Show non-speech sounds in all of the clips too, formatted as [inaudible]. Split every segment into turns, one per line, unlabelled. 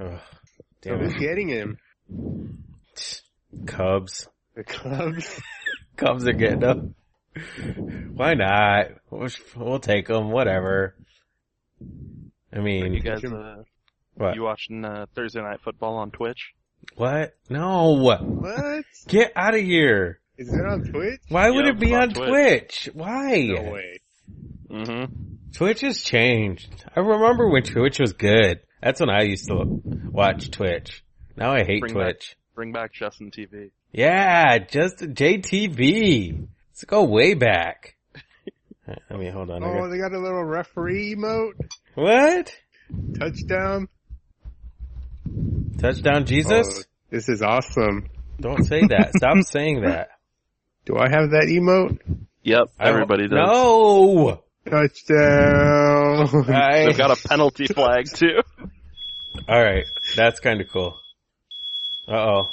Ugh,
So
damn
who's
it.
getting him?
Cubs.
The Cubs.
Cubs are getting them. Why not? We'll, we'll take them. Whatever. I mean,
You guys, uh,
what?
you watching uh, Thursday Night Football on Twitch?
what? No.
[laughs] What?
Get out of here.
Is it on Twitch?
Why would
Yeah,
it be
it's on
on Twitch? Why?
No way.
Mm-hmm.
Twitch has changed. I remember when Twitch was good. That's when I used to watch Twitch. Now I hate
Bring back-
Twitch.
Bring back Justin TV.
Yeah, just JTB. Let's go way
[laughs]
back. I mean, hold on. I
Oh,
got-
they got a little referee emote.
What?
Touchdown.
Touchdown Jesus?
Oh, this is awesome.
Don't say that.
[laughs]
Stop saying that.
Do I have that emote?
Yep,
I don't-
everybody does.
No! [laughs]
Touchdown. [laughs]
I,
[laughs] They've got a penalty flag too. [laughs]
Alright, that's kinda cool. Uh oh.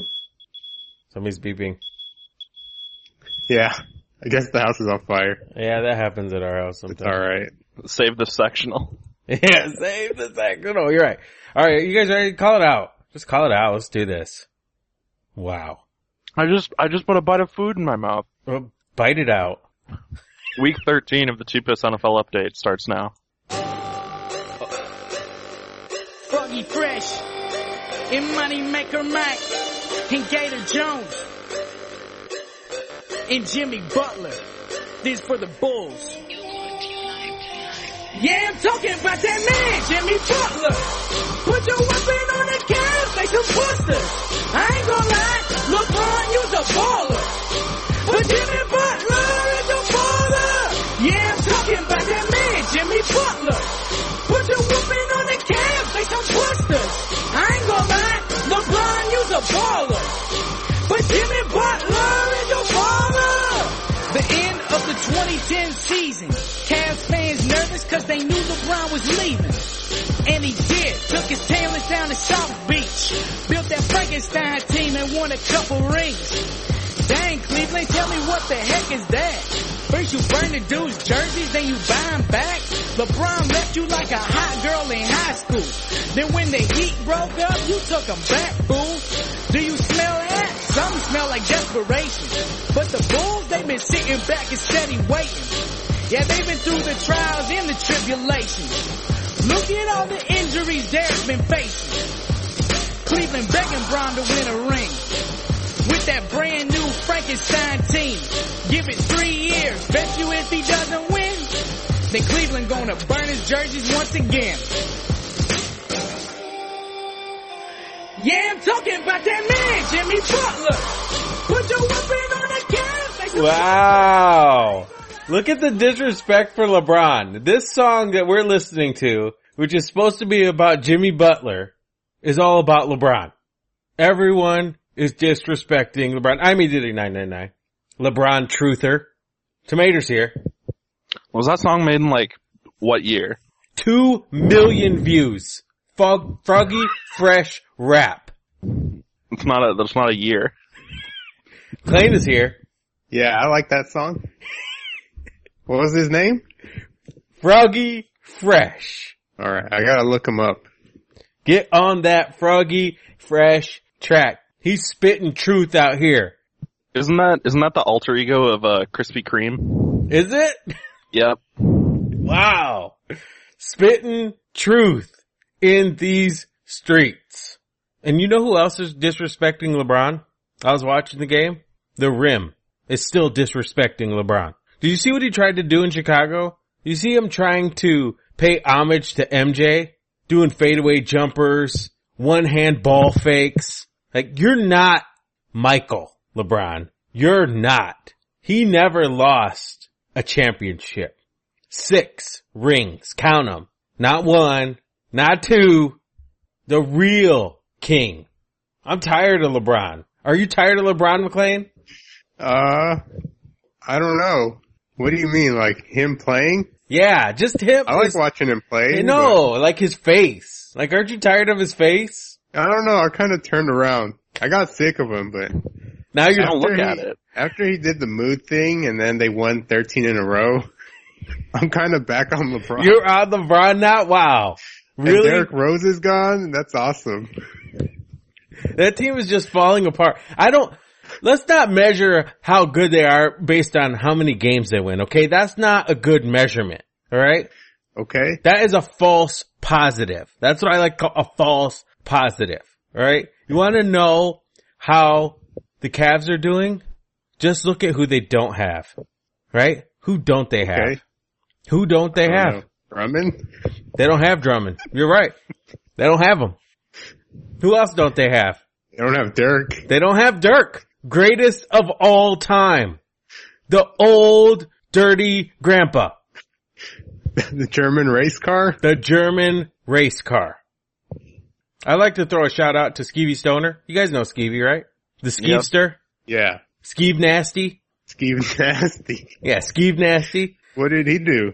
Somebody's beeping.
yeah. I guess the house is on fire.
Yeah, that happens at our house
It's
sometimes.
alright.
Save the sectional.
[laughs] Yeah, save the second. Oh, you're right. All right, you guys ready? Call it out. Just call it out. Let's do this. Wow.
I just I just put a bite of food in my mouth.
Well, bite it out.
Week 13 of the Two Piss NFL update starts now.
Buggy Fresh, and Moneymaker Mac, and Gator Jones, and Jimmy Butler. This for the Bulls. Yeah, I'm talking about that man, Jimmy Butler. Put your weapon on the gas, they some busters. I ain't gonna lie, LeBron, you's a baller. But Jimmy Butler is a baller. Yeah, I'm talking about that man, Jimmy Butler. Put your whooping on the Cavs, they some busters. I ain't gonna lie, LeBron, you's a baller. But Jimmy Butler is a baller. The end of the 2010 season. Cavs fans nervous cause they knew LeBron was leaving. And he did. Took his talents down to South Beach. Built that Frankenstein team and won a couple rings. Dang, Cleveland, tell me what the heck is that? First you burn the dude's jerseys, then you buy 'em back. LeBron left you like a hot girl in high school. Then when the heat broke up, you took 'em back, fool. Do you smell that? Some smell like desperation. But the Bulls, they've been sitting back and steady waiting. Yeah, they've been through the trials and the tribulations. Look at all the injuries Derek's been facing. Cleveland begging Braun to win a ring with that brand new Frankenstein team. Give it three years. Bet you if he doesn't win, then Cleveland gonna burn his jerseys once again. Yeah, I'm talking about that man, Jimmy Butler. Put your weapon on the gas. They some-
Wow. Look at the disrespect for LeBron. This song that we're listening to, which is supposed to be about Jimmy Butler, is all about LeBron. Everyone is disrespecting LeBron. I'm EDD999. LeBron Truther. Tomatoes here.
Was that song made in like what year?
Two million views. Fog, froggy fresh rap.
It's not a that's not a year.
Clayton is here.
Yeah, I like that
[laughs]
song. What was his name?
Froggy fresh.
Alright, I gotta look him up.
Get on that froggy fresh track. He's spitting truth out here.
Isn't that isn't that the alter ego of uh, Krispy Kreme?
Is it?
Yep.
Wow. Spitting truth in these streets. And you know who else is disrespecting LeBron? I was watching the game. The rim is still disrespecting LeBron. Did you see what he tried to do in Chicago? You see him trying to pay homage to MJ, doing fadeaway jumpers, one hand ball fakes. Like you're not Michael LeBron. You're not. He never lost a championship six rings. Count them. Not one, not two. The real king. I'm tired of LeBron. Are you tired of LeBron McLean?
Uh, I don't know. What do you mean? Like him playing?
Yeah, just him.
I like
his-
watching him play.
no, like his face. Like, aren't you tired of his face?
but I don't know. I kind of turned around. I got sick of him, but
Now
I
you're
don't look
[laughs]
he,
at it.
After he did the mood thing and then they won [laughs] 13 in a row, I'm kind of back on LeBron.
you're on LeBron now. Wow,
And
Really?
Derek Rose is gone. That's awesome.
That team is just falling apart. I don't, let's not measure how good they are based on how many games they win, okay? That's not a good measurement, alright?
Okay.
That is a false positive. That's what I like to call a false positive, alright? You wanna know how the Cavs are doing? Just look at who they don't have, right? Who don't they have?
Okay.
Who don't they have?
Drummond.
They don't have Drummond. You're right. They don't have him. Who else don't they have?
They don't have Dirk.
They don't have Dirk. Greatest of all time. The old dirty grandpa.
[laughs] The German race car.
The German race car. I like to throw a shout out to Skeevy Stoner. You guys know Skeevy, right? The Skeevster.
Yeah.
Skeev Nasty.
[laughs] Steve Nasty.
Yeah, Skeev Nasty.
What did he do?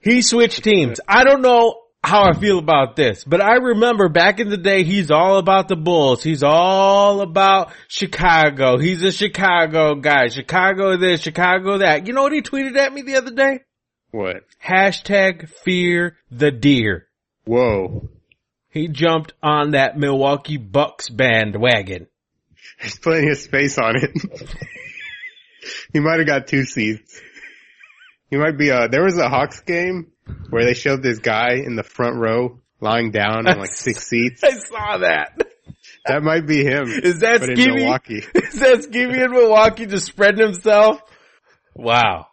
He switched teams. I don't know how I feel about this, but I remember back in the day, he's all about the Bulls. He's all about Chicago. He's a Chicago guy. Chicago this, Chicago that. You know what he tweeted at me the other day?
What?
Hashtag fear the deer.
Whoa.
He jumped on that Milwaukee Bucks bandwagon.
There's plenty of space on it. [laughs] he might have got two seats. He might be, uh, there was a Hawks game where they showed this guy in the front row lying down on like six seats.
I saw that.
That might be him.
[laughs] Is that
but in
Skibby?
Milwaukee. [laughs]
Is that Skibby in Milwaukee just spreading himself? Wow.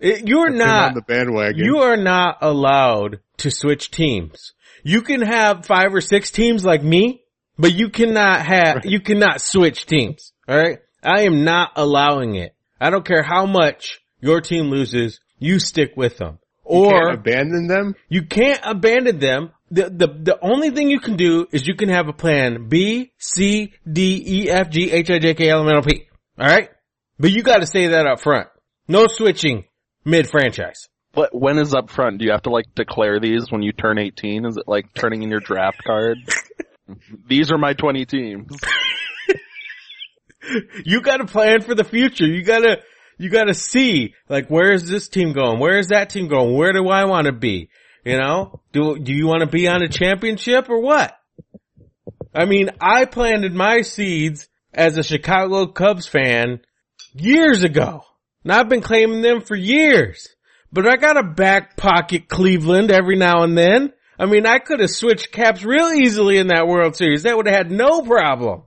It- you're
Him
not.
on the bandwagon.
You are not allowed to switch teams. You can have five or six teams like me, but you cannot have, you cannot switch teams. Alright? I am not allowing it. I don't care how much your team loses, you stick with them.
You can't
Or
abandon them?
you can't abandon them. The, the, the only thing you can do is you can have a plan B, C, D, E, F, G, H, I, J, K, L, M, N, O, P. Alright? But you gotta say that up front. No switching mid-franchise.
But when is up front? Do you have to like declare these when you turn 18? Is it like turning in your draft [laughs] card? these are my 20 teams.
you got to plan for the future. You got to you got to see like where is this team going? Where is that team going? Where do I want to be? You know, do do you want to be on a championship or what? I mean, I planted my seeds as a Chicago Cubs fan years ago. And I've been claiming them for years. But I got a back pocket Cleveland every now and then. I mean, I could have switched caps real easily in that World Series. That would have had no problem.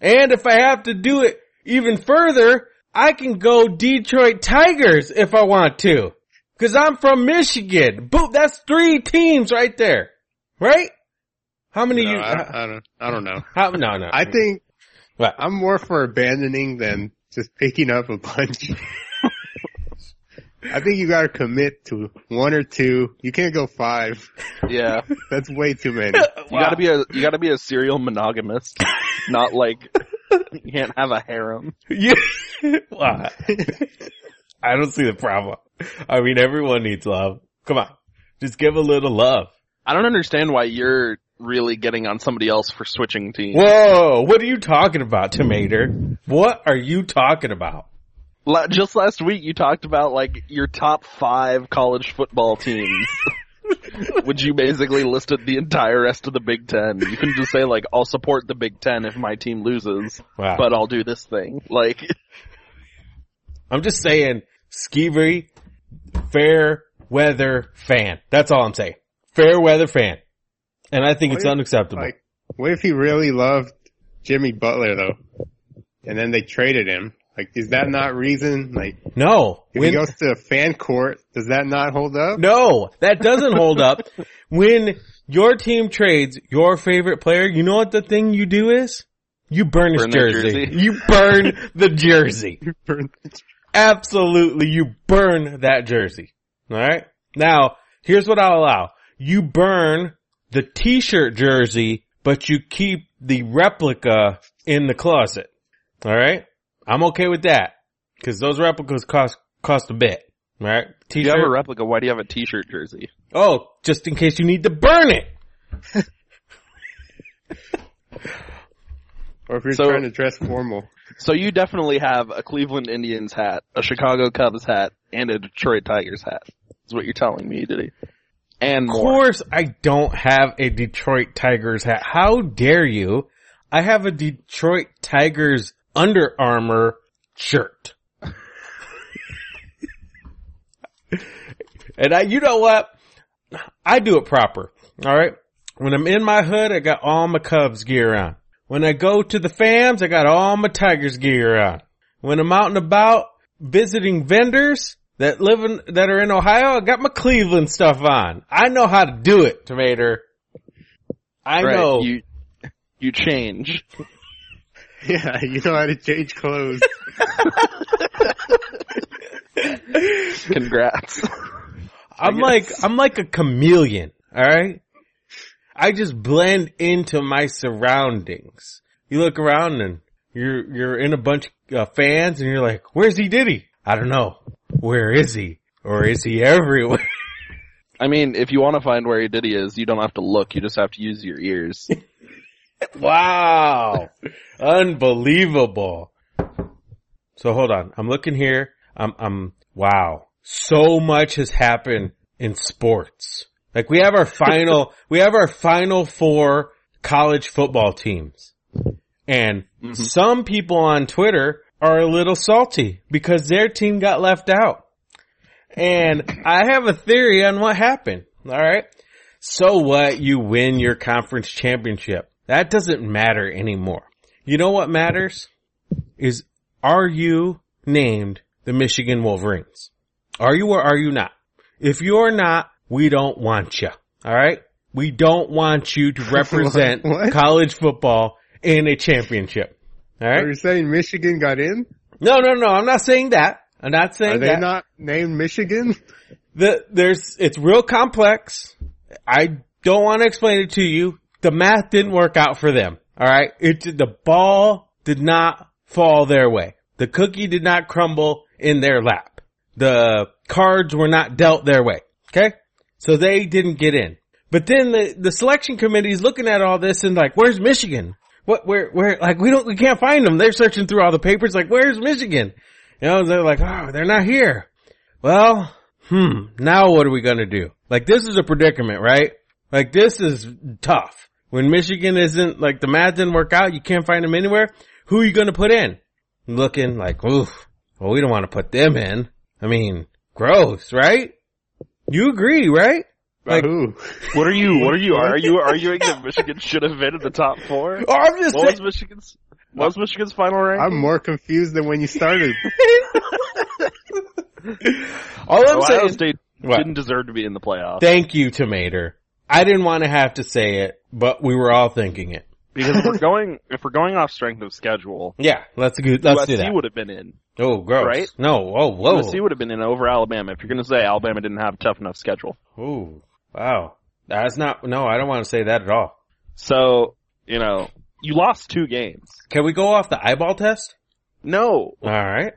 And if I have to do it even further, I can go Detroit Tigers if I want to. Cause I'm from Michigan. Boom, that's three teams right there. Right? How many
No,
you,
I, I don't, I
[laughs]
don't know.
how, no, no.
I think
What?
I'm more for abandoning than just picking up
[laughs]
a bunch. I think you gotta commit to one or two. You can't go five.
Yeah.
That's way too many.
You gotta be a, you gotta be a serial monogamist. Not like, you can't have a harem.
Yeah. Well, I don't see the problem. I mean, everyone needs love. Come on. Just give a little love.
I don't understand why you're really getting on somebody else for switching teams.
Whoa. What are you talking about, Tomater? What are you talking about?
La- just last week you talked about like your top five college football teams. Which you basically listed the entire rest of the Big Ten. You can just say like, I'll support the Big Ten if my team loses,
Wow.
but I'll do this thing. Like,
I'm just saying, skeevery, fair weather fan. That's all I'm saying. Fair weather fan. And I think
What
it's
if,
unacceptable.
Like, what if he really loved Jimmy Butler though? And then they traded him. Like, is that not reason? Like,
no.
if
When-
he goes to a fan court, does that not hold [laughs] up?
no, that doesn't hold up. When your team trades your favorite player, you know what the thing you do is? You burn his
Burn that
jersey.
jersey.
You burn the jersey. Absolutely, you burn that jersey. Alright? Now, here's what I'll allow. You burn the t-shirt jersey, but you keep the replica in the closet. Alright? I'm okay with that. Cause those replicas cost, cost a bit. Alright?
if you have [laughs] a
T-shirt.
replica, why do you have a t-shirt jersey?
Oh, just in case you need to burn it.
Or if you're
So-
trying to dress formal.
So you definitely have a Cleveland Indians hat, a Chicago Cubs hat, and a Detroit Tigers hat. Is what you're telling me, did he? and
Of
more.
course I don't have a Detroit Tigers hat. How dare you? I have a Detroit Tigers Under Armour shirt. [laughs] and I, you know what? I do it proper. All right. When I'm in my hood, I got all my Cubs gear on. When I go to the fams, I got all my Tigers gear on. When I'm out and about visiting vendors that live in, that are in Ohio, I got my Cleveland stuff on. I know how to do it, Tomater. I
Right,
know.
You, you change.
[laughs] Yeah, you know how to change [laughs] clothes.
Congrats.
I'm like, I'm like a chameleon. All right. I just blend into my surroundings. You look around and you're, you're in a bunch of uh, fans and you're like, where's he Diddy? I don't know. Where is he? Or is he everywhere?
I mean, if you want to find where your ditty is, you don't have to look. You just have to use your ears.
Wow. Unbelievable. So hold on. I'm looking here. I'm, I'm, wow. So much has happened in sports. Like we have our final, [laughs] we have our final four college football teams. And some people on Twitter are a little salty because their team got left out. And I have a theory on what happened. All right. So what? You win your conference championship. That doesn't matter anymore. You know what matters? Is are you named the Michigan Wolverines? Are you or are you not? If you're not, we don't want you. All right? We don't want you
[laughs]
to represent
What?
college football in a championship. All right?
You're saying Michigan got in?
No, no, no. I'm not saying that. I'm not saying
Are they
that.
not named Michigan?
The, there's, it's real complex. I don't want to explain it to you. The math didn't work out for them. All right. It, did- the ball did not fall their way. The cookie did not crumble in their lap. The cards were not dealt their way. Okay. So they didn't get in. But then the, the selection committee is looking at all this and like, where's Michigan? What, where, where, like we don't, we can't find them. They're searching through all the papers like, where's Michigan? You know, they're like, oh, they're not here. Well, hmm, now what are we gonna do? Like this is a predicament, right? Like this is tough. When Michigan isn't, like the math didn't work out, you can't find them anywhere, who are you gonna put in? Looking like, oof, well we don't wanna put them in. I mean, gross, right? You agree, right? Like,
Who?
[laughs] What are you? What are you? Are you arguing [laughs] that Michigan should have been in the top [laughs] four?
or Oh, I'm just
What was
saying,
Michigan's? What was Michigan's final rank?
I'm more confused than when you [laughs] started.
all I'm
Ohio
saying,
State
What?
didn't deserve to be in the playoffs
thank you, Tomater. I didn't want to have to say it, but we were all thinking it.
because if we're going if we're going off strength of schedule,
Yeah, let's go, [laughs] let's do
USC
that.
would have been in.
oh, gross.
right?
No, oh, whoa.
USC would have been in over Alabama. If you're going to say Alabama didn't have a tough enough schedule,
Ooh, wow. That's not, no, I don't want to say that at all.
so you know you lost two games.
Can we go off the eyeball test?
No,
All right.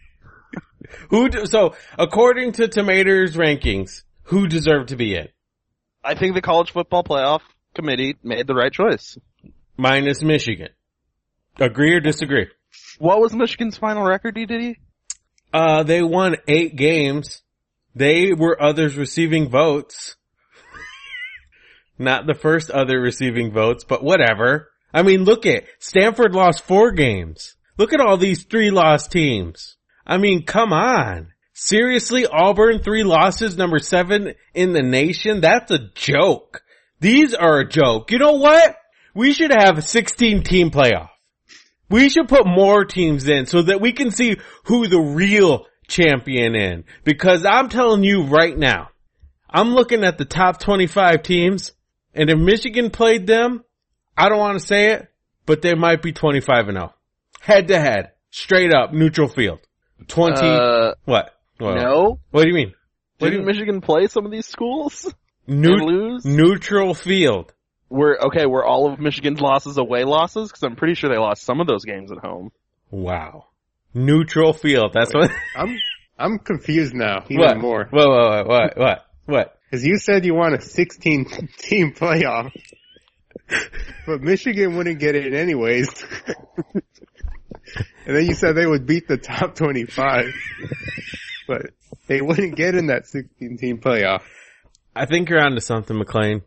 [laughs] who, do, so according to Tomatoes rankings, who deserved to be in?
I think the college football playoff committee made the right choice.
Minus Michigan. Agree or disagree?
What was Michigan's final record? E Did he?
Uh, they won eight games. They were others receiving votes. [laughs] Not the first other receiving votes, but whatever. I mean, look at Stanford lost four games. Look at all these three loss teams. I mean, come on. Seriously, Auburn, three losses, number seven in the nation. That's a joke. These are a joke. You know what? We should have a 16 team playoff. We should put more teams in so that we can see who the real champion in. Because I'm telling you right now, I'm looking at the top 25 teams and if Michigan played them, I don't want to say it, but they might be 25 and 0. Head to head, straight up, neutral field. 20,
Uh,
what? Well,
no.
What do you mean? What do
Didn't
you-
Michigan play some of these schools?
Neu-
They lose?
neutral field.
We're okay. Were all of Michigan's losses away losses? Because I'm pretty sure they lost some of those games at home.
Wow. Neutral field. That's what,
I'm I'm confused now, [laughs] even
what?
more.
What, what, what, what, what?
Because you said you want a 16 [laughs] team playoff, but Michigan wouldn't get in anyways. [laughs] and then you said they would beat the top 25, but they wouldn't get in that 16 team playoff.
I think you're onto something, McLean.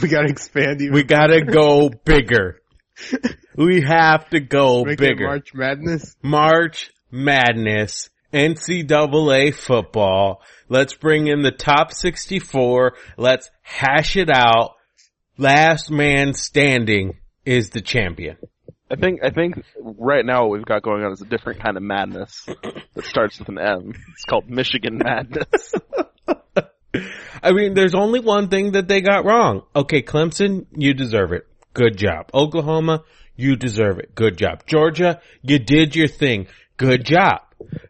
We gotta expand you.
We gotta
[laughs]
go bigger. We have to go
Make it
bigger. March-,
March Madness.
Madness, NCAA football. Let's bring in the top 64. Let's hash it out. Last man standing is the champion.
I think I think right now what we've got going on is a different kind of [coughs] madness that starts with an M. It's called Michigan Madness.
I mean, there's only one thing that they got wrong. Okay, Clemson, you deserve it. Good job. Oklahoma, you deserve it. Good job. Georgia, you did your thing. Good job.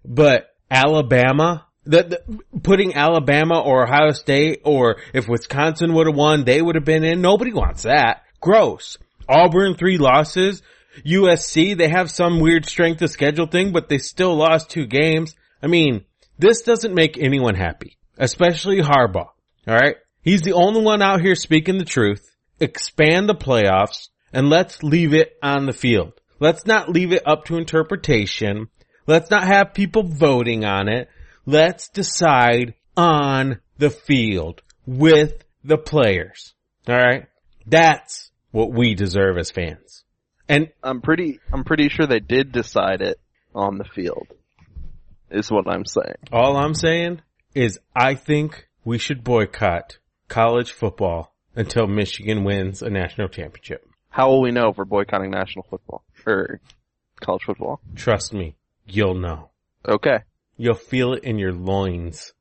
But Alabama, that the, putting Alabama or Ohio State or if Wisconsin would have won, they would have been in. Nobody wants that. Gross. Auburn, three losses. USC, they have some weird strength of schedule thing, but they still lost two games. I mean, this doesn't make anyone happy, especially Harbaugh. All right. He's the only one out here speaking the truth. Expand the playoffs and let's leave it on the field. Let's not leave it up to interpretation. Let's not have people voting on it. Let's decide on the field with the players. All right. That's what we deserve as fans. And
[laughs] I'm pretty I'm pretty sure they did decide it on the field. Is what I'm saying.
All I'm saying is I think we should boycott college football until Michigan wins a national championship.
How will we know if we're boycotting national football or college football?
Trust me, you'll know.
Okay.
You'll feel it in your loins.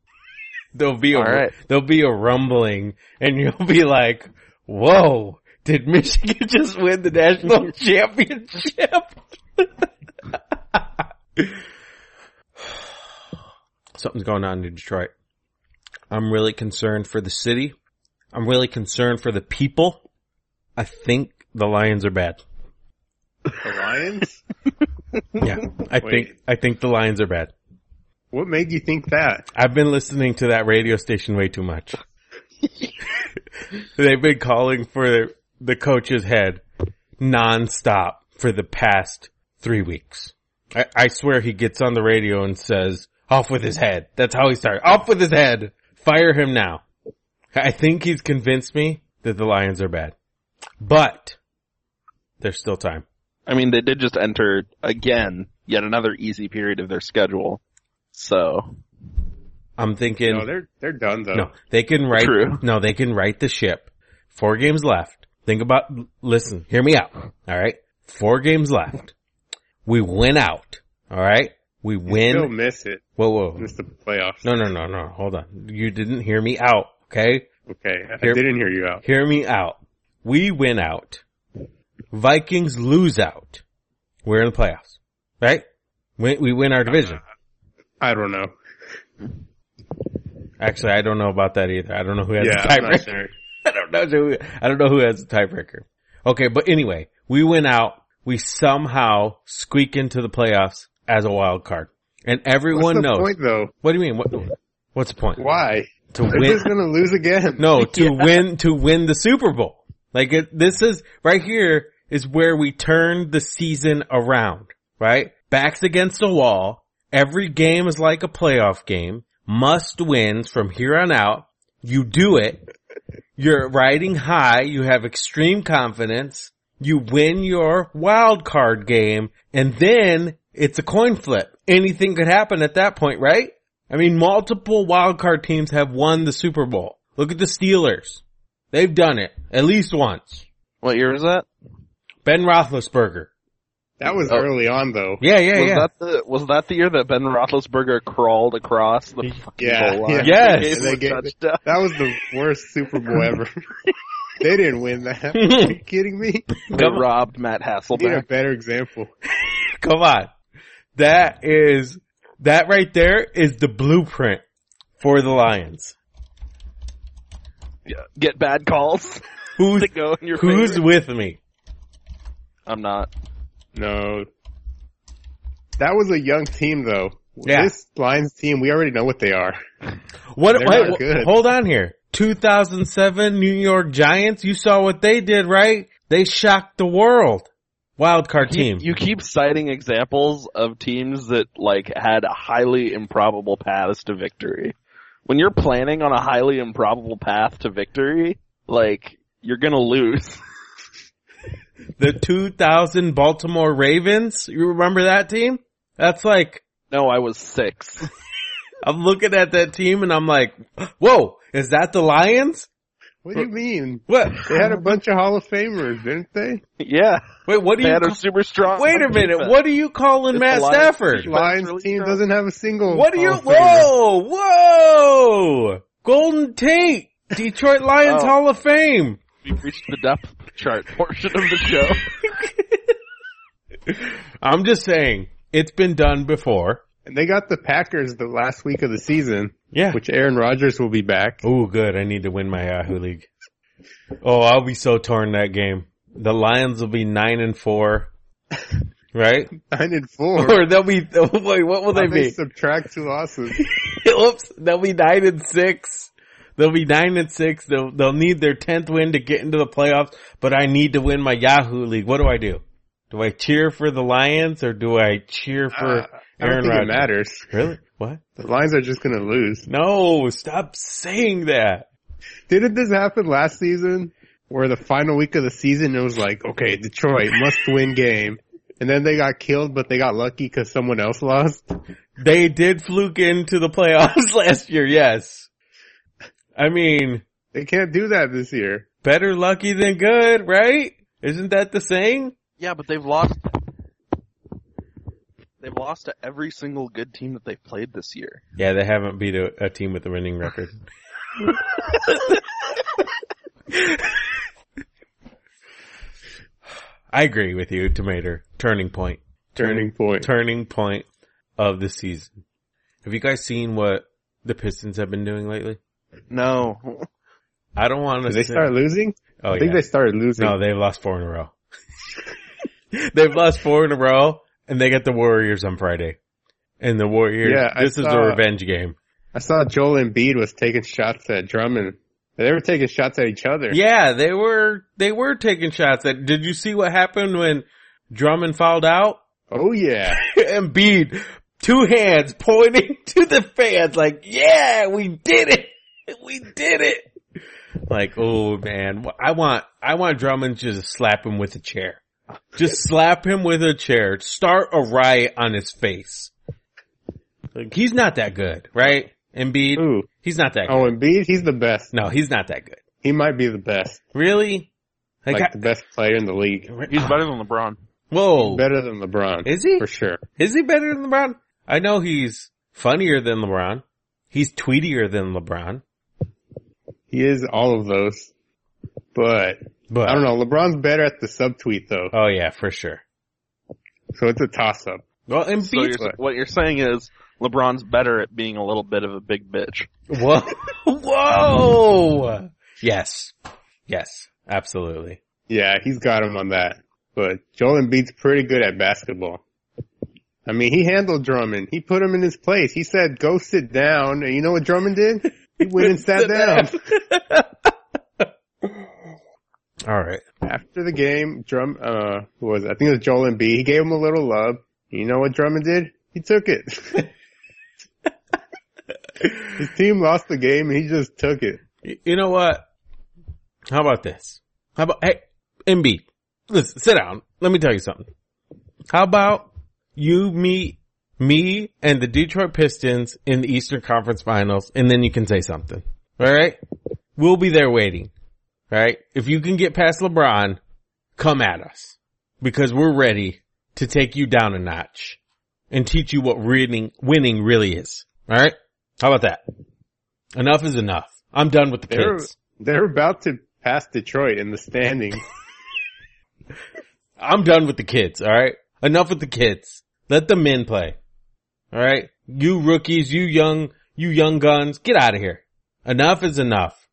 There'll be a
All right.
there'll be a rumbling and you'll be like, "Whoa, did Michigan [laughs] just win the
[laughs]
national championship?" [sighs] Something's going on in Detroit. I'm really concerned for the city. I'm really concerned for the people. I think the Lions are bad.
The Lions?
Yeah.
[laughs]
I think
Wait.
I think the Lions are bad.
What made you think that?
I've been listening to that radio station way too much. They've been calling for the coach's head nonstop for the past three weeks. I, I swear he gets on the radio and says, off with his head. That's how he started. Off with his head. Fire him now. I think he's convinced me that the Lions are bad, but there's still time.
I mean, they did just enter again yet another easy period of their schedule. So
I'm thinking.
No, they're they're done though.
No, they can write.
True.
No, they can write the ship. Four games left. Think about. Listen, hear me out. All right, four games left. We win out. All right, we win.
Still miss it.
whoa, whoa.
Miss the playoffs.
No, no, no, no. Hold on. You didn't hear me out. Okay,
Okay, I
Here-
didn't hear you out.
hear me out. We win out. Vikings lose out. We're in the playoffs, right? We, we win our division.
I don't know.
Actually, I don't know about that either. I don't know who has
yeah,
the
I'm
tiebreaker.
not sure.
I don't know. Who, I don't know who has the tiebreaker. Okay, but anyway, we went out. We somehow squeak into the playoffs as a wild card, and everyone
What's the
knows.
point though?
What do you mean? What, what's the point?
Why?
To
They're
win?
just gonna lose again.
No, to win to win the Super Bowl. Like it, this is right here is where we turn the season around. Right, backs against the wall. Every game is like a playoff game. Must wins from here on out. You do it. You're riding high. You have extreme confidence. You win your wild card game and then it's a coin flip. Anything could happen at that point, right? I mean, multiple wild card teams have won the Super Bowl. Look at the Steelers. They've done it at least once.
what year was that?
Ben Roethlisberger.
That was
Oh.
early on though.
Yeah, yeah,
was
yeah.
that the was that the year that Ben Roethlisberger crawled across the fucking
Yeah,
goal line?
yeah.
They
Yes.
gave him a
They gave-
touchdown.
That was the worst
[laughs]
Super Bowl ever. [laughs] they didn't win that. Are you kidding me?
They robbed Matt
We need a
Hasselbeck.
better example.
Come on. That is, that right there is the blueprint for the Lions.
Yeah. Get bad calls [laughs]
Who's,
to go in your
who's
favor.
with me?
I'm not.
No. That was a young team though.
Yeah.
This Lions team, we already know what they are.
What,
They're
wait,
not good.
hold on here. 2007 New York Giants. You saw what they did, right? They shocked the world. Wild card team.
You keep citing examples of teams that like had highly improbable paths to victory. when you're planning on a highly improbable path to victory, like you're gonna lose. [laughs]
The 2000 Baltimore Ravens. You remember that team? That's like,
no, I was [laughs] six.
I'm looking at that team and I'm like, whoa, is that the Lions?
What do you mean?
What?
They had a bunch of Hall of Famers, didn't they?
yeah,
Wait, what do
they
you,
had a
ca-
super strong.
wait a minute,
defense.
what are you calling
It's
Matt
the Lions.
Stafford?
But it's
Lions
really
team
strong.
doesn't have a single.
What are you,
Hall of Famer.
whoa, whoa! Golden Tate! Detroit Lions
Oh.
Hall of Fame!
We've reached the depth chart portion of the show.
I'm just saying, it's been done before.
And they got the Packers the last week of the season,
Yeah.
which Aaron Rodgers will
[laughs]
be back.
Ooh, good. I need to win my Yahoo League. Oh, I'll be so torn that game. The Lions will be nine and
[laughs]
four, right?
Nine and four.
Or [laughs] they'll be oh, wait, what will
How
they
they
be?
subtract two losses.
[laughs] Oops, they'll be nine and six. They'll be nine and six. They'll they'll need their tenth win to get into the playoffs. But I need to win my Yahoo League. What do I do? Do I cheer for the Lions or do I cheer for
Uh, I don't
Aaron
think it
Rodgers?
matters.
Really? What?
The Lions are just going to lose.
No, stop saying that.
Didn't this happen last season where the final week of the season it was like, okay, Detroit must win game. And then they got killed, but they got lucky because someone else lost.
They did fluke into the playoffs [laughs] last year, yes. I mean,
They can't do that this year.
better lucky than good, right? Isn't that the saying?
[laughs] yeah, but they've lost. They've lost to every single good team that they've played this year.
Yeah, they haven't beat a, a team with a winning record. [laughs] I agree with you, Tomato. Turning point.
Turning point.
Turning point of the season. Have you guys seen what the Pistons have been doing lately?
No,
I don't want to
Did they start losing?
Oh,
I think
yeah.
they started
[laughs]
losing.
No, they've lost four in a row. they've lost four in a row, and they get the Warriors on Friday. And the Warriors,
Yeah, I
this is a
saw-
revenge game.
I saw Joel Embiid was taking shots at Drummond. They were taking shots at each other.
Yeah, they were they were taking shots. At, did you see what happened when Drummond fouled out?
Oh yeah.
Embiid, two hands pointing [laughs] to the fans, like, "Yeah, we did it, [laughs] we did it." Like, oh man, wh- I want, I want Drummond to just slap him with a chair. Just slap him with a chair. Start a riot on his face. Like, he's not that good, right? Embiid,
Ooh.
he's not that. good.
Oh, Embiid, he's the best.
No, he's not that good.
He might be the best.
Really? Like,
Like the best player in the league.
I-
he's better than [sighs] LeBron.
whoa,
Better than LeBron.
Oh. is he?
For sure.
Is he better than LeBron? I know he's funnier than LeBron. He's tweetier than LeBron.
He is all of those. But
But
I don't know. LeBron's better at the subtweet though.
Oh yeah, for sure.
So it's a toss up.
Well,
So
Embiid.
you're, what you're saying is LeBron's better at being a little bit of a big bitch.
whoa, [laughs] whoa. Yes, yes, absolutely.
Yeah, he's got him on that. But Joel Embiid's pretty good at basketball. I mean, he handled Drummond. He put him in his place. He said, go sit down. And you know what Drummond did? He went and sat
Sit
down.
All right.
After the game, Drum, uh, who was, it? I think it was Joel Embiid. He gave him a little love. You know what Drummond did? He took it. his team lost the game and he just took it.
Y- You know what? How about this? How about hey, Embiid? Listen, sit down. Let me tell you something. How about you meet me and the Detroit Pistons in the Eastern Conference Finals, and then you can say something. All right? We'll be there waiting. All right? If you can get past LeBron, come at us because we're ready to take you down a notch and teach you what winning winning really is. All right? How about that? Enough is enough. I'm done with the
They're-
kids.
They're about to pass Detroit in
[laughs]
the standing.
I'm done with the kids, alright? Enough with the kids. Let the men play. Alright? You rookies, you young, you young guns, get out of here. Enough is enough.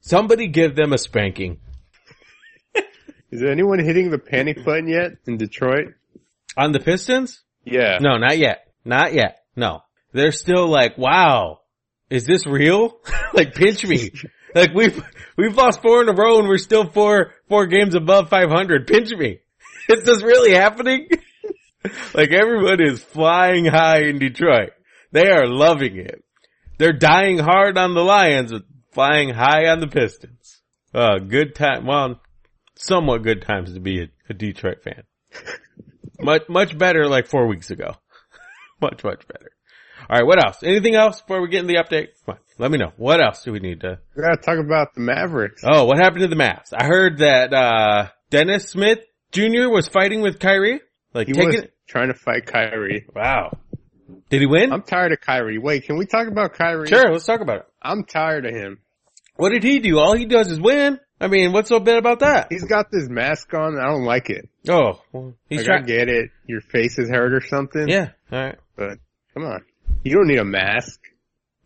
Somebody give them a spanking.
Is there anyone hitting the panic button yet in Detroit?
On the Pistons?
Yeah.
No, not yet. Not yet. No. They're still like, wow, is this real? [laughs] like pinch me. like we've, we've lost four in a row and we're still four, four games above 500. Pinch me. [laughs] Is this really happening? [laughs] like everyone is flying high in Detroit. They are loving it. They're dying hard on the Lions, but flying high on the Pistons. Uh, good time. Well, somewhat good times to be a, a Detroit fan. much, much better like four weeks ago. [laughs] much, much better. All right. What else? Anything else before we get in the update? Come on. Let me know. What else do we need to?
We gotta talk about the Mavericks.
Oh, what happened to the Mavs? I heard that, uh, Dennis Smith Jr. was fighting with Kyrie. Like
He
taking
was trying to fight Kyrie.
Wow. Did he win?
I'm tired of Kyrie. Wait, can we talk about Kyrie?
sure. Let's talk about it.
I'm tired of him.
What did he do? All he does is win. I mean, what's so bad about that?
He's got this mask on. and I don't like it.
Oh, well, he's
Like, I
trying.
get it. Your face is hurt or something.
Yeah. All right.
But come on. You don't need a mask.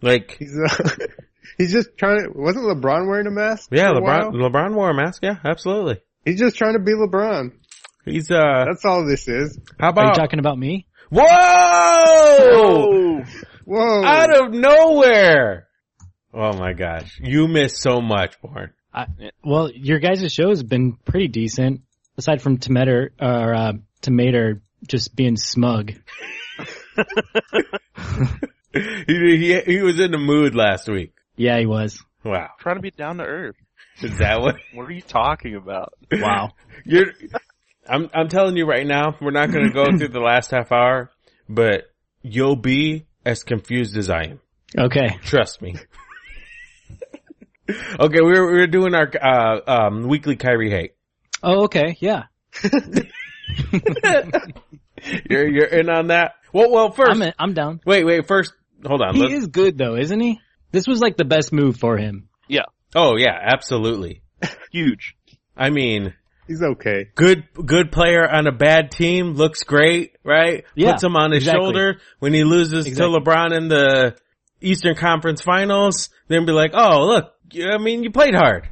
Like,
He's uh, [laughs] he's just trying to. Wasn't LeBron wearing a mask?
yeah,
for a
LeBron,
while?
LeBron wore a mask. Yeah, absolutely.
He's just trying to be LeBron.
He's, uh,
That's all this is.
how
Are you
about,
talking about me?
whoa!
Oh!
Whoa.
Out of nowhere! Oh my gosh. You miss so much, Born. [laughs]
Well, your guys' show has been pretty decent, aside from Tomater or uh, Tomater just being smug.
He, he, he was in the mood last week.
Yeah, he was.
Wow.
Trying to be down to earth.
Is that what? [laughs]
What are you talking [laughs] about?
Wow.
You're, I'm, I'm telling you right now, we're not going to go through the last half hour, but you'll be as confused as I am.
Okay.
Trust me. [laughs] okay, we were, we were doing our, uh, um, weekly Kyrie hate. [laughs]
Oh, okay. Yeah.
You're, you're in on that? Well, well, 1st
I'm in, I'm down.
wait, wait, first, hold on.
He
let's-
is good though, isn't he? This was like the best move for him.
oh yeah, absolutely.
Huge.
I mean,
He's okay.
good, good player on a bad team looks great, right?
Yeah,
Puts him on his
exactly.
shoulder when he loses
Exactly.
to LeBron in the Eastern Conference Finals, then be like, oh look, I mean, you played hard.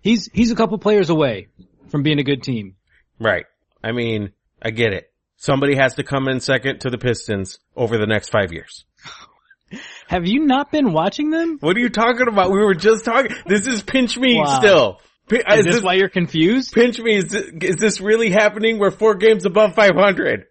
He's he's a couple players away from being a good team.
Right. I mean, I get it. Somebody has to come in second to the Pistons over the next five years.
Have you not been watching them?
What are you talking about? We were just talking. This is pinch me
Wow.
still. Pi- uh, Is,
Is
this,
this why you're [laughs] confused?
pinch me? Is this, is this really happening? We're four games above 500.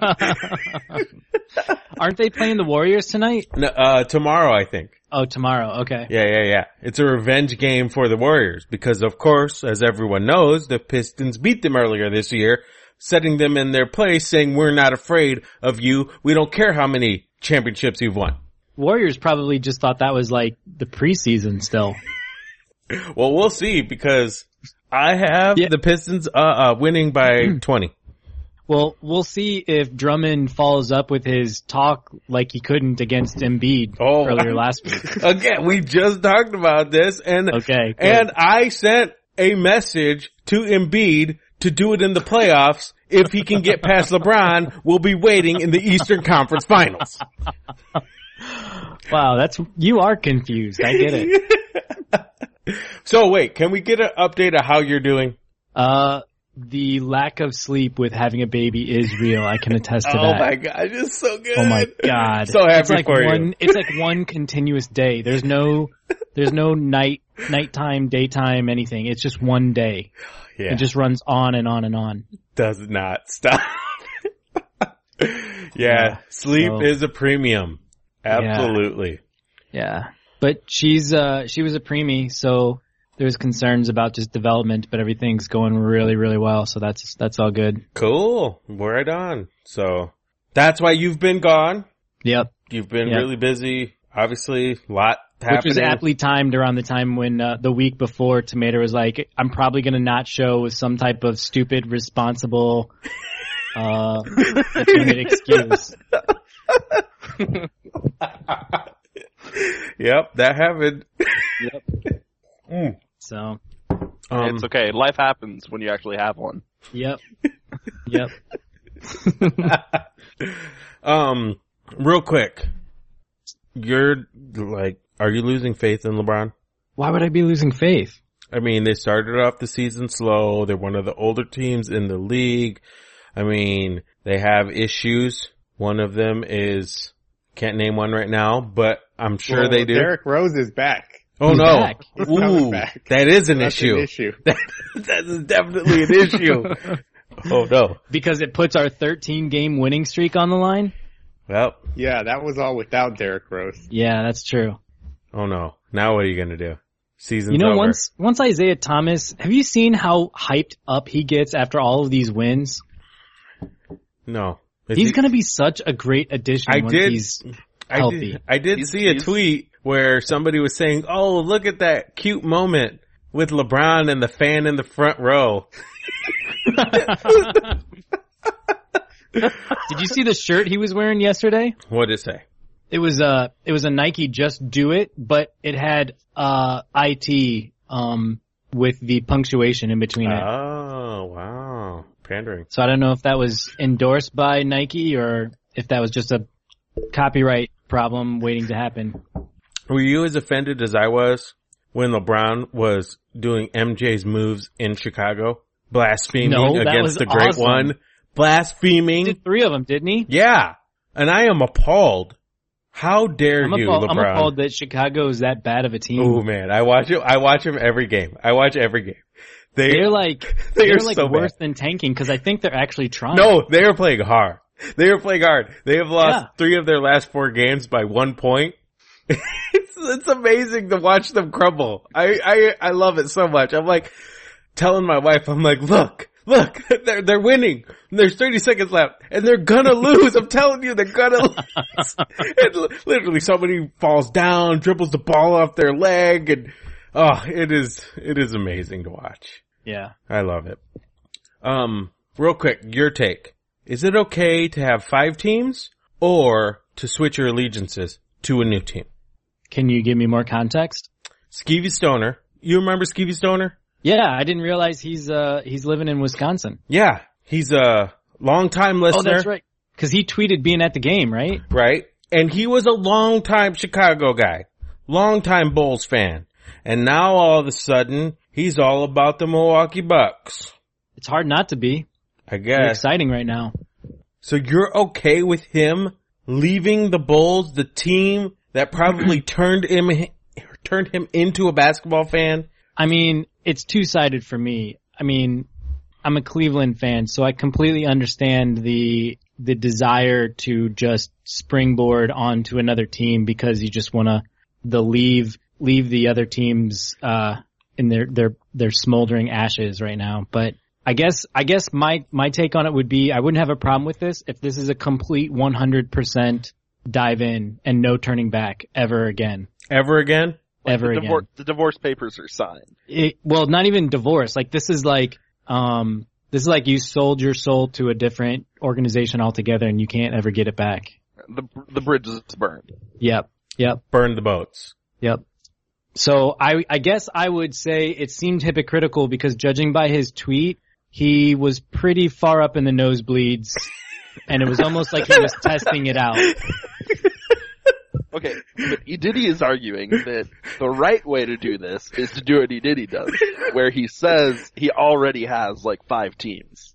Aren't they playing the Warriors tonight?
No, uh, tomorrow, I think.
Oh, tomorrow. Okay.
Yeah, yeah, yeah. It's a revenge game for the Warriors because of course, as everyone knows, the Pistons beat them earlier this year, setting them in their place saying, we're not afraid of you. We don't care how many championships you've won.
Warriors probably just thought that was like the preseason still.
Well, we'll see because I have
Yeah.
the Pistons uh, uh winning
[clears throat]
by 20.
Well, we'll see if Drummond follows up with his talk like he couldn't against Embiid
Oh.
earlier last
[laughs]
week.
Again, we just talked about this and
Okay. good.
and I sent a message to Embiid to do it in the playoffs. If he can get past LeBron, we'll be waiting in the Eastern Conference Finals.
wow, that's you are confused. I get it.
[laughs] So wait, can we get an update of how you're doing?
Uh, the lack of sleep with having a baby is real. I can attest to
Oh
that.
my gosh, it's so good.
Oh my god.
So happy
it's like
for you.
one, It's like one continuous day. There's no, there's no night, nighttime, daytime, anything. It's just one day.
Yeah,
It just runs on and on and on.
does not stop. [laughs] yeah, sleep
so-
is a premium. Absolutely.
Yeah. But she's, uh, she was a preemie, so there's concerns about just development, but everything's going really, really well. So that's, that's all good.
Cool. Right on. So that's why you've been gone.
Yep.
You've been
Yeah.
really busy. Obviously, a lot
Which was
happening.
aptly timed around the time when uh, the week before Tomato was like, "I'm probably going to not show with some type of stupid, responsible, [laughs] uh, legitimate excuse."
yep, that happened.
Yep.
So,
Um,
it's okay. Life happens when you actually have one.
yep, yep.
um, real quick, you're like, are you losing faith in LeBron?
Why would I be losing faith?
I mean, they started off the season slow. They're one of the older teams in the league. I mean, they have issues. One of them is can't name one right now, but I'm sure
Well,
they do.
Derrick Rose is back.
oh
He's
no.
back.
He's coming
Ooh,
back.
that is an
That's
issue.
an issue.
[laughs] that is definitely an issue. oh no.
Because it puts our 13 game winning streak on the line.
Well,
Yeah, that was all without Derrick Rose.
Yeah, that's true.
oh no. Now what are you gonna do? Season's
You know,
over.
once once Isaiah Thomas, have you seen how hyped up he gets after all of these wins?
no. Is
he's
he-
gonna be such a great addition.
I
once
did-
He's,
I
healthy.
Did, I did
He's-
see a
he's-
tweet where somebody was saying, "Oh, look at that cute moment with LeBron and the fan in the front row."
did you see the shirt he was wearing yesterday?
What did it say?
It was a it was a Nike Just Do It, but it had uh it um with the punctuation in between it.
Oh wow, pandering.
So I don't know if that was endorsed by Nike or if that was just a copyright problem waiting to happen.
Were you as offended as I was when LeBron was doing MJ's moves in Chicago, blaspheming
No, that was
against the great
awesome.
one, blaspheming?
He did three of them, didn't he?
yeah, and I am appalled. How dare
I'm,
you,
appalled, I'm
LeBron?
appalled that Chicago is that bad of a team.
Oh man, I watch it. I watch him every game. I watch every game. They [laughs]
They're like
They
they
are
are like
so
worse than tanking because I think they're actually trying.
no, they are playing hard. They are playing hard. They have lost
Yeah.
three of their last four games by one point. [laughs] it's it's amazing to watch them crumble. I I I love it so much. I'm like telling my wife, I'm like, look. Look, [laughs] they're, they're winning. And There's 30 seconds left and they're gonna [laughs] lose. I'm telling you, they're gonna [laughs] lose. And li- literally somebody falls down, dribbles the ball off their leg and, oh, it is, it is amazing to watch.
Yeah.
I love it. Um, real quick, your take. Is it okay to have five teams or to switch your allegiances to a new team?
Can you give me more context?
Skeevy Stoner. You remember Skeevy Stoner?
Yeah, I didn't realize he's uh he's living in Wisconsin.
Yeah. He's a long time listener.
Oh, that's right. Because he tweeted being at the game, right?
right? And he was a long time Chicago guy, long time Bulls fan. And now all of a sudden, he's all about the Milwaukee Bucks.
It's hard not to be.
I
They're
guess.
exciting right now.
So you're okay with him leaving the Bulls, the team that [clears throat] probably turned him turned him into a basketball fan?
I mean, it's two sided for me. I mean, I'm a Cleveland fan, so I completely understand the the desire to just springboard onto another team because you just want to the leave leave the other teams uh, in their their their smoldering ashes right now. But I guess I guess my my take on it would be I wouldn't have a problem with this if this is a complete 100% dive in and no turning back ever again.
Ever again?
Ever
the,
again
divor- the divorce papers are signed.
it, well, not even divorce. Like this is like, um, this is like you sold your soul to a different organization altogether and you can't ever get it back.
The the bridge is burned.
Yep. Yep.
Burn the boats.
Yep. So I, I guess I would say it seemed hypocritical because judging by his tweet, he was pretty far up in the nosebleeds and it was almost like he was testing it out.
Okay, but E Diddy is arguing that the right way to do this is to do what E Diddy does, where he says he already has like five teams.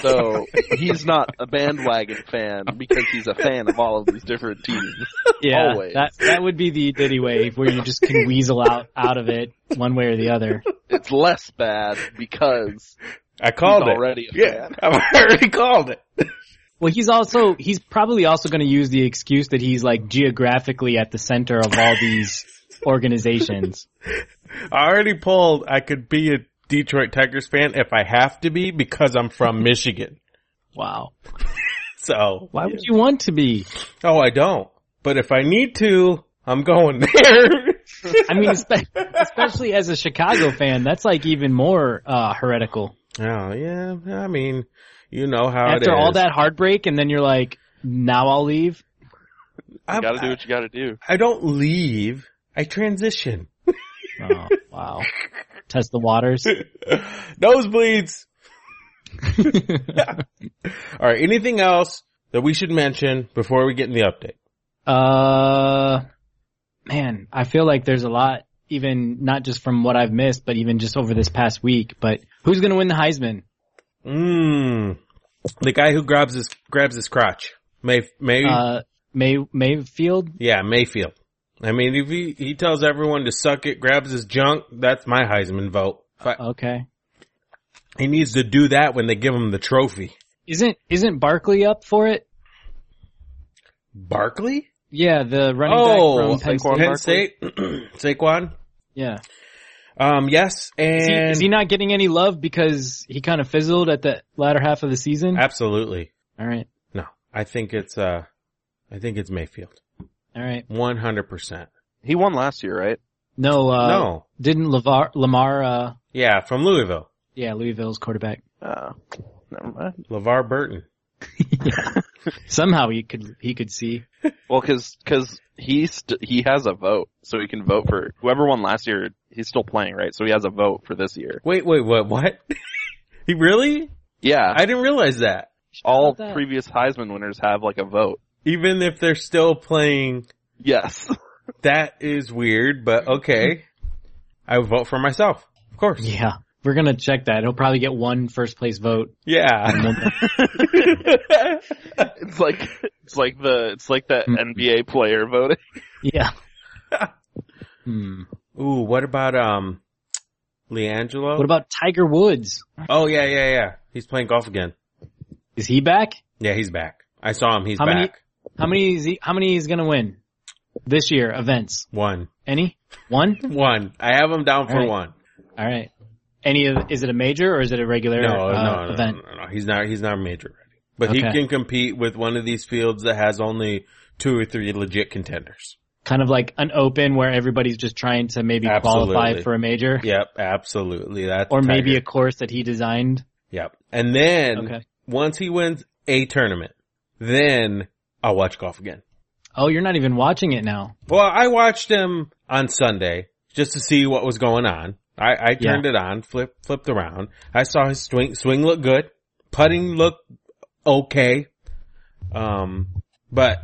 So he's not a bandwagon fan because he's a fan of all of these different teams.
Yeah.
Always.
That, that would be the Diddy way where you just can weasel out, out of it one way or the other.
It's less bad because
I called
he's
it.
already a
Yeah,
fan.
I already [laughs] called it.
Well, he's also he's probably also going to use the excuse that he's like geographically at the center of all
[laughs]
these organizations.
I already pulled. I could be a Detroit Tigers fan if I have to be because I'm [laughs] from Michigan.
Wow.
So
Why would you want to be?
Oh, I don't. But if I need to, I'm going [laughs] there.
I mean, espe-
[laughs]
especially as a Chicago fan, that's like even more uh heretical.
oh yeah, I mean, you know how it is.
After all that heartbreak and then you're like, now I'll leave?
I,
gotta do what you gotta do.
I don't leave. I transition.
Oh,
[laughs]
wow. Test the waters. [laughs]
Nosebleeds. [laughs] All right. Anything else that we should mention before we get in the update?
Uh, man, I feel like there's a lot, even not just from what I've missed, but even just over this past week. But who's going to win the Heisman?
Mm. The guy who grabs his grabs his crotch. May May
Uh, May Mayfield.
yeah Mayfield. I mean, if he he tells everyone to suck it, grabs his junk, that's my Heisman vote. But
Okay.
he needs to do that when they give him the trophy.
Isn't isn't Barkley up for it?
Barkley?
Yeah, the running
Oh,
back from Penn
Saquon
State.
Penn State? [clears throat] Saquon?
Yeah.
Um, yes,
Is he,
and
is he not getting any love because he kind of fizzled at the latter half of the season?
absolutely.
All right.
No, I think it's, uh, I think it's Mayfield.
All right.
100%.
He won last year, right?
No, uh,
no.
didn't Lavar, Lamar, uh,
Yeah, from Louisville.
yeah, Louisville's quarterback.
Uh, never mind.
LeVar Burton.
Somehow he could, he could see.
Well, cause, cause he, st- he has a vote, so he can vote for whoever won last year. He's still playing, right? So he has a vote for this year.
Wait, wait, what, what? [laughs] he really?
Yeah.
I didn't realize that.
all
How about that?
previous Heisman winners have like a vote.
Even if they're still playing,
Yes. [laughs]
that is weird, but okay. I would vote for myself. Of course.
Yeah. We're gonna check that. He'll probably get one first place vote. [laughs]
Yeah. [laughs]
It's like it's like the it's like that
Mm.
NBA player voting.
[laughs]
Yeah. hmm.
Ooh, what about, um, Leangelo?
What about Tiger Woods?
oh yeah, yeah, yeah. He's playing golf again.
Is he back?
Yeah, he's back. I saw him. He's
How
back.
many- How many is he, how many is gonna win this year events?
One.
Any? One?
One. I have him down for
All right.
one.
All right. Any of, is it a major or is it a regular
No,
uh,
no, no,
event?
no, no, no. He's not, he's not a major. already. But he
Okay.
can compete with one of these fields that has only two or three legit contenders.
Kind of like an open where everybody's just trying to maybe qualify
Absolutely.
for a major
Yep, absolutely. That's
or maybe a
Tiger. Mm-hmm.
course that he designed.
yep. And then
Okay.
once he wins a tournament, then I'll watch golf again.
Oh, you're not even watching it now.
Well, I watched him on Sunday just to see what was going on. I, I
Yeah.
turned it on, flip, flipped around. I saw his swing, swing look good. Putting looked okay. Um, but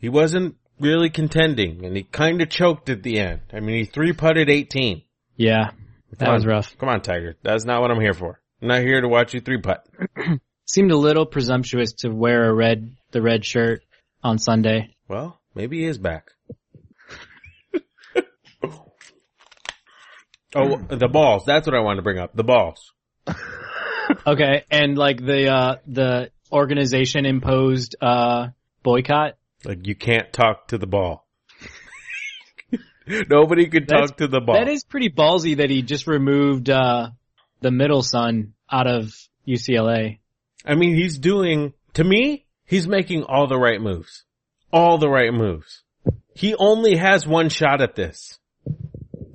he wasn't really contending and he kind of choked at the end. I mean, he three putted 18.
Yeah. That
Come
was
on.
rough.
Come on, Tiger. That's not what I'm here for. I'm not here to watch you three putt.
Seemed a little presumptuous to wear a red, the red shirt on Sunday.
Well, maybe he is back. [laughs] oh, the balls. That's what I wanted to bring up. The balls.
Okay. And like the, uh, the organization imposed, uh, boycott.
Like you can't talk to the ball. [laughs] Nobody could
That's-
talk to the ball.
That is pretty ballsy that he just removed, uh, the middle son out of UCLA.
I mean, he's doing, to me, he's making all the right moves. All the right moves. He only has one shot at this.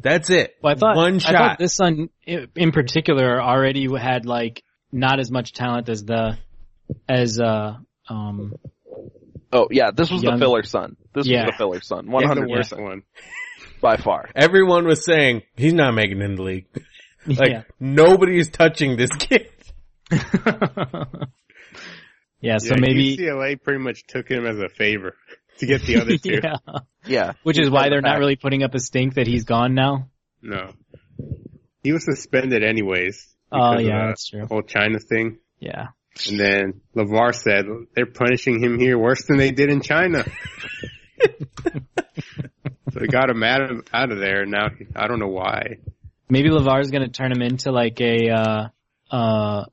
That's it.
Well, I thought
one
I thought
shot.
this son i- in particular already had like not as much talent as the as uh um [laughs]
Oh yeah, this was
Young.
the filler son. This
Yeah.
was the filler son. One
It's
hundred
the worst
percent
one.
by far.
Everyone was saying he's not making it in the league. Like
[laughs]
yeah.
nobody is touching this [laughs] kid.
yeah. So
Yeah,
maybe
UCLA pretty much took him as a favor to get
[laughs]
the other two.
[laughs] yeah,
Yeah.
which is why they're not
back.
really putting up a stink that he's gone now.
No, he was suspended anyways.
Oh
because of
yeah,
that
that's true.
whole China thing.
Yeah.
And then Lavar said they're punishing him here worse than they did
[laughs]
in China. so they got him out of out of there. Now I don't know why.
Maybe Lavar's gonna turn him into like a uh uh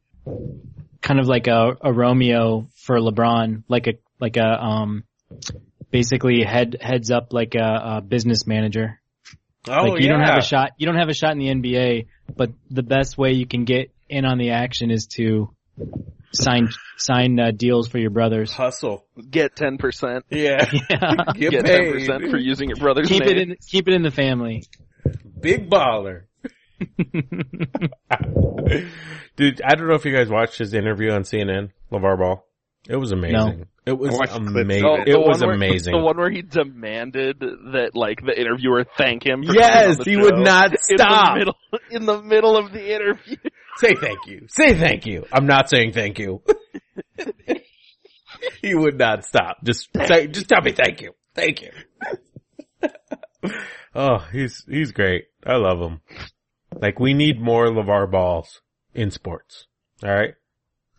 kind of like a, a Romeo for LeBron, like a like a um basically head heads up like a, a business manager.
Oh
like you don't have a shot you don't have a shot in the NBA, but the best way you can get in on the action is to sign sign uh, deals for your brothers.
Hustle.
Get ten percent.
[laughs] Yeah.
Yeah.
Get,
Get ten
paid.
percent for using your brother's
[laughs] keep
name.
it in keep it in the family.
Big baller. [laughs] Dude, I don't know if you guys watched his interview on CNN, LeVar Ball. It was amazing. It was
I watched clips of
amazing.
it.
Oh, the
it was
one where-
amazing.
The one where he demanded that like the interviewer thank him. For coming on
yes,
the
he
show.
would not
In
stop.
the, middle, [laughs] in the middle of the interview.
Say thank you. Say thank you. I'm not saying thank you. [laughs] he would not stop. Just say, just tell me thank you. Thank you. [laughs] oh, he's, he's great. I love him. Like we need more LeVar balls in sports. All right.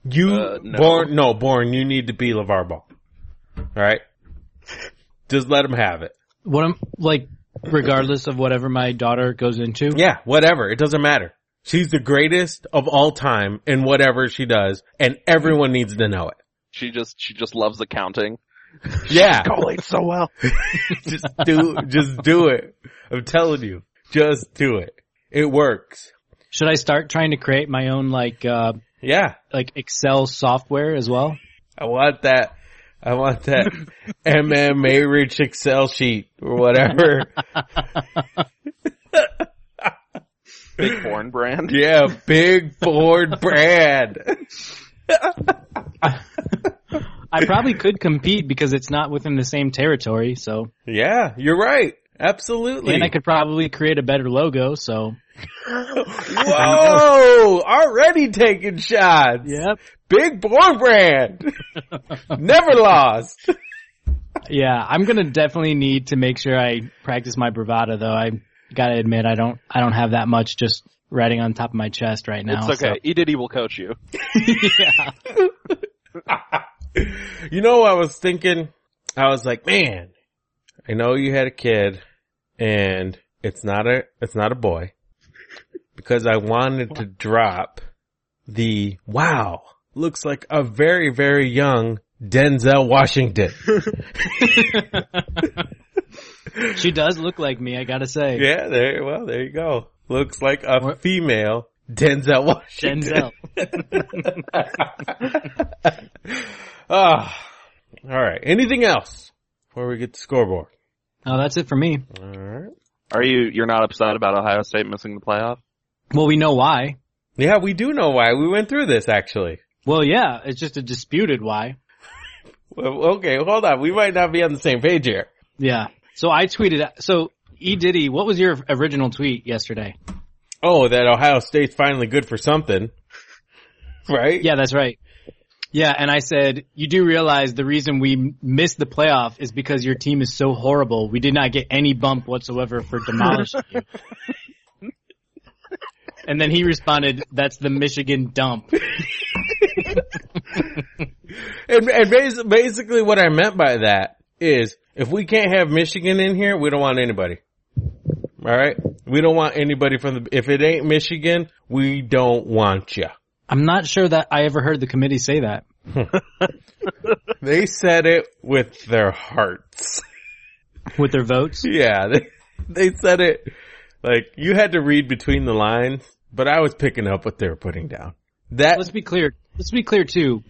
You
Uh, no.
born, no, born, you need to be LeVar ball. All right. Just let him have it.
What I'm like regardless of whatever my daughter goes into.
Yeah, whatever. It doesn't matter. She's the greatest of all time in whatever she does, and everyone needs to know it.
She just she just loves accounting.
[laughs]
Yeah.
Collate so well.
just do, just do it. I'm telling you, just do it. It works.
Should I start trying to create my own like uh
Yeah.
like Excel software as well?
I want that. I want
[laughs]
that MMA rich Excel sheet or whatever.
[laughs]
[laughs]
Big foreign brand.
yeah, big board brand.
I probably could compete because it's not within the same territory, so
Yeah, you're right. Absolutely.
and I could probably create a better logo, so
Whoa! Already taking shots.
Yep.
Big board [laughs] brand. Never lost.
Yeah, I'm gonna definitely need to make sure I practice my bravado though. I gotta admit I don't I don't have that much just riding on top of my chest right now.
It's okay. E Diddy will coach you.
so- [laughs] yeah.
You know, I was thinking, I was like, man, I know you had a kid and it's not a, it's not a boy because I wanted to drop the wow. Looks like a very, very young Denzel Washington.
She does look like me, I gotta
[laughs]
say.
yeah, there, well, there you go. Looks like a female Denzel Washington.
Denzel.
[laughs] Ah, all right. Anything else before we get the scoreboard?
Oh, that's it for me.
All right.
Are you? You're not upset about Ohio State missing the playoff?
Well, we know why.
Yeah, we do know why. We went through this actually.
Well, yeah, it's just a disputed why.
Well, Okay, hold on. We might not be on the same page here.
Yeah. So I tweeted. So E Diddy, what was your original tweet yesterday?
Oh, that Ohio State's finally good for something. [laughs] Right?
Yeah, that's right. Yeah, and I said you do realize the reason we m- missed the playoff is because your team is so horrible. We did not get any bump whatsoever for demolishing you. And then he responded, "That's the Michigan dump."
And, and bas- basically what I meant by that is if we can't have Michigan in here, we don't want anybody. All right? We don't want anybody from the, if it ain't Michigan, we don't want you.
I'm not sure that I ever heard the committee say that.
They said it with their hearts.
with their votes.
Yeah, they, they said it like you had to read between the lines, but I was picking up what they were putting down. That
Let's be clear. Let's be clear too.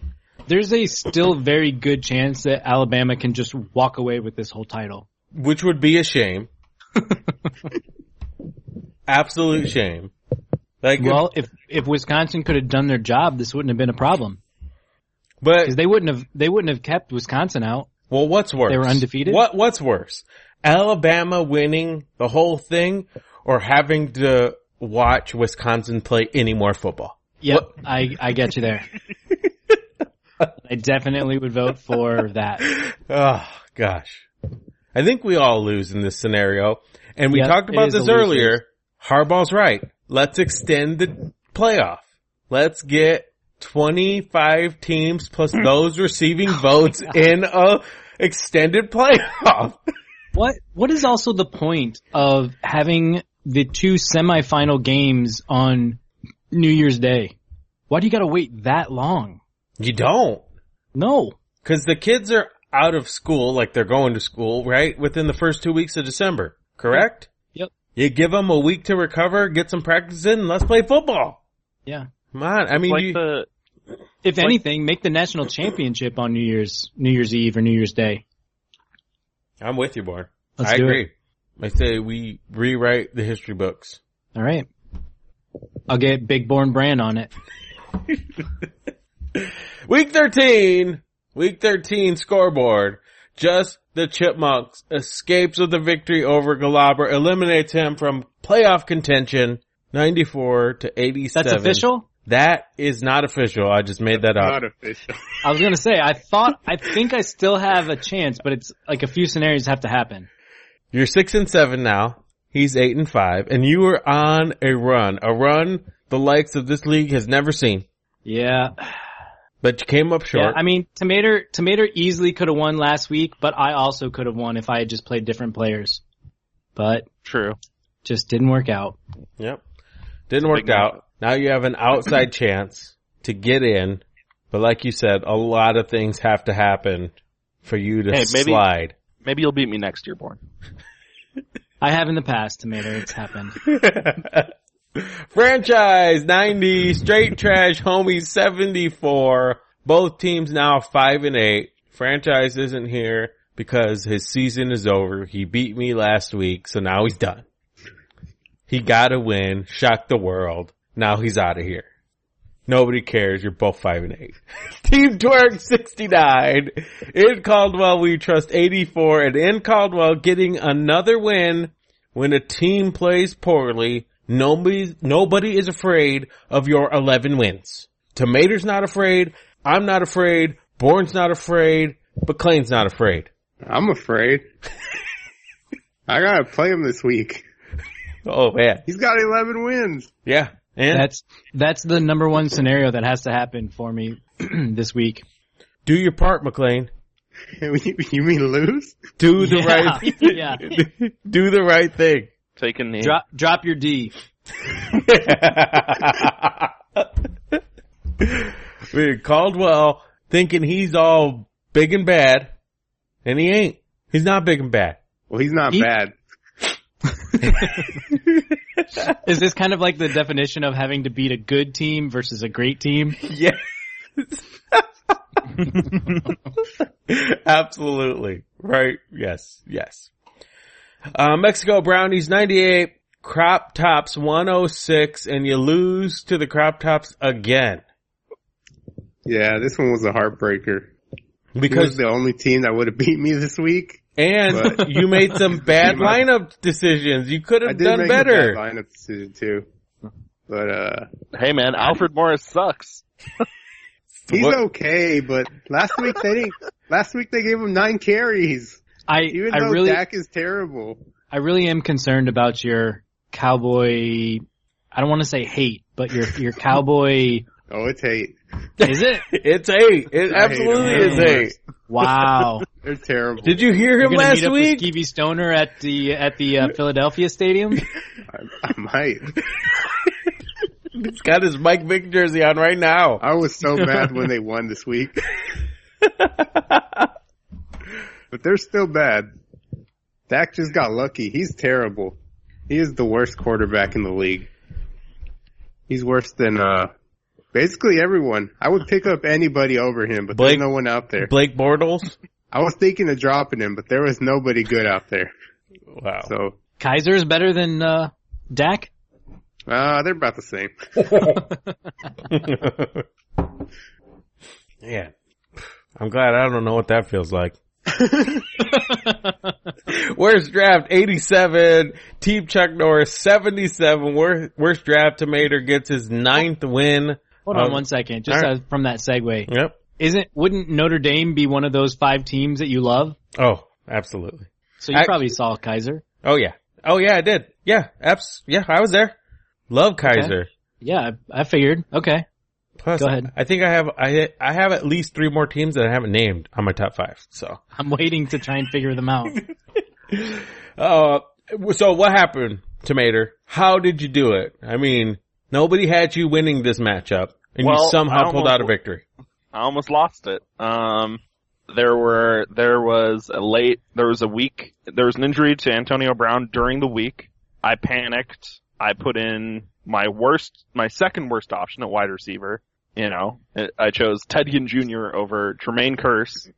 There's a still very good chance that Alabama can just walk away with this whole title.
which would be a
[laughs]
shame. Absolute shame. Like,
Well, if if Wisconsin could have done their job, this wouldn't have been a problem
but
because they wouldn't have they wouldn't have kept Wisconsin out.
well, what's worse?
They were undefeated?
What what's worse? Alabama winning the whole thing or having to watch Wisconsin play any more football?
Yep, I I get you there. I definitely would vote for that.
Oh gosh. I think we all lose in this scenario. And we
Yep,
talked
it
about
is a
this
lose-lose.
earlier. Harbaugh's right. Let's extend the playoff. Let's get 25 teams plus
Hmm.
those receiving
Oh
votes in a extended [laughs] playoff.
What what is also the point of having the two semifinal games on New Year's Day? Why do you got to wait that long?
You don't.
No.
Cause the kids are out of school, like they're going to school, right? Within the first two weeks of December, correct?
Yep.
You give them a week to recover, get some practice in, and let's play football.
Yeah.
Come on. I mean,
Like
you,
the
If anything, make the national championship on New Year's New Year's Eve or New Year's Day.
I'm with you, Bard.
Let's
I
do
agree.
It.
I say we rewrite the history books.
All right. I'll get Big Born Brand on it.
Week 13, week 13 scoreboard. Just the Chipmunks escapes with a victory over Galaber, eliminates him from playoff contention, 94 to 87.
That's official?
That is not official. I just made that up.
Not official.
I was gonna say I thought I think I still have a chance, but it's like a few scenarios have to happen.
You're six and seven now. He's eight and five and you are on a run, a run the likes of this league has never seen,
Yeah.
but you came up short.
Yeah. I mean Tomater Tomater easily could have won last week, but I also could have won if I had just played different players. But
true.
just didn't work out.
Yep. Didn't work
big
out. Now you have an
[laughs]
outside chance to get in. But like you said, a lot of things have to happen for you to
Hey, maybe-
slide.
Maybe you'll beat me next year, Born.
I have in the past, tomato.
[laughs]
It's happened.
Franchise 90, straight trash homies 74. Both teams now 5 and 8. Franchise isn't here because his season is over. He beat me last week, so now he's done. He got a win, shocked the world. Now he's out of here. Nobody cares. You're both 5 and 8. [laughs] Team Twerk 69. In Caldwell we trust 84 and in Caldwell getting another win when a team plays poorly, nobody nobody is afraid of your 11 wins. Tomato's not afraid. I'm not afraid. Bourne's not afraid. McLean's not afraid.
I'm
[laughs]
afraid. I gotta play him this week.
Oh man,
He's got 11 wins.
yeah, and
That's that's the number one scenario that has to happen for me [clears throat]
[laughs]
this week.
do your part, McLean.
you mean lose?
Do the
Yeah, [laughs]
right,
yeah.
[laughs] do the right thing. [laughs]
Take a knee.
Drop drop your D.
Dude, Caldwell thinking he's all big and bad, and he ain't. He's not big and bad.
Well, he's not
He-
bad.
Is this kind of like the definition of having to beat a good team versus a great team?
Yes. [laughs] Absolutely. Right. Yes. Yes. Uh, Mexico Brownies 98, Crop Tops 106, and you lose to the Crop Tops again.
Yeah, this one was a heartbreaker. He was
Because,
the only team that would have beat me this week.
and
but-
you made some bad lineup decisions. You could
I
have
did
done
make a
better.
bad lineup decision too, but uh,
Hey man, Alfred Morris sucks.
he's
What-
okay. But last week they didn't. [laughs] Last week they gave him nine carries,
I
even
I
though
really
Dak is terrible.
I really am concerned about your cowboy. I don't want to say hate, but your your cowboy.
Oh, it's hate.
Is
[laughs]
it?
It's eight. It
I hate
absolutely is
him.
eight.
Wow!
They're terrible.
Did you hear
You're
him
gonna meet
last
up
week?
with Skeevy Stoner at the at the uh,
[laughs]
Philadelphia Stadium.
I, [laughs] I might.
He's got his Mike Vick jersey on right now.
I was so mad
[laughs]
when they won this week. but they're still bad. Dak just got lucky. He's terrible. He is the worst quarterback in the league. He's worse than uh basically everyone. I would pick up anybody over him, but
Blake-
there's no one out there.
Blake Bortles.
I was thinking of dropping him, but there was nobody good out there.
Wow.
So
Kaiser is better than uh, Dak.
uh they're about the same.
[laughs] Yeah. I'm glad I don't know what that feels like. [laughs] Worst draft 87, Team Chuck Norris 77. Worst, worst draft Tomater gets his ninth win.
Hold on
Um,
one second, just
all
uh, from that segue.
Yep.
Isn't wouldn't Notre Dame be one of those five teams that you love?
Oh, absolutely.
So you
Ac-
probably saw Kaiser.
Oh yeah. Oh yeah, I did. Yeah, abs. Yeah, I was there. Love Kaiser.
Yeah, I, I figured. Okay,
Plus,
Go ahead.
I think I have I I have at least three more teams that I haven't named on my top five. So
I'm waiting to try and figure
[laughs]
them out.
Uh, so what happened, Tomater? How did you do it? I mean, nobody had you winning this matchup, and
Well,
you
I
somehow
don't
pulled
know-
out a victory.
I almost lost it. Um, there were there was a late there was a week there was an injury to Antonio Brown during the week. I panicked. I put in my worst my second worst option at wide receiver. You know, I- I chose Ted Ginn Jr. over Tremaine Curse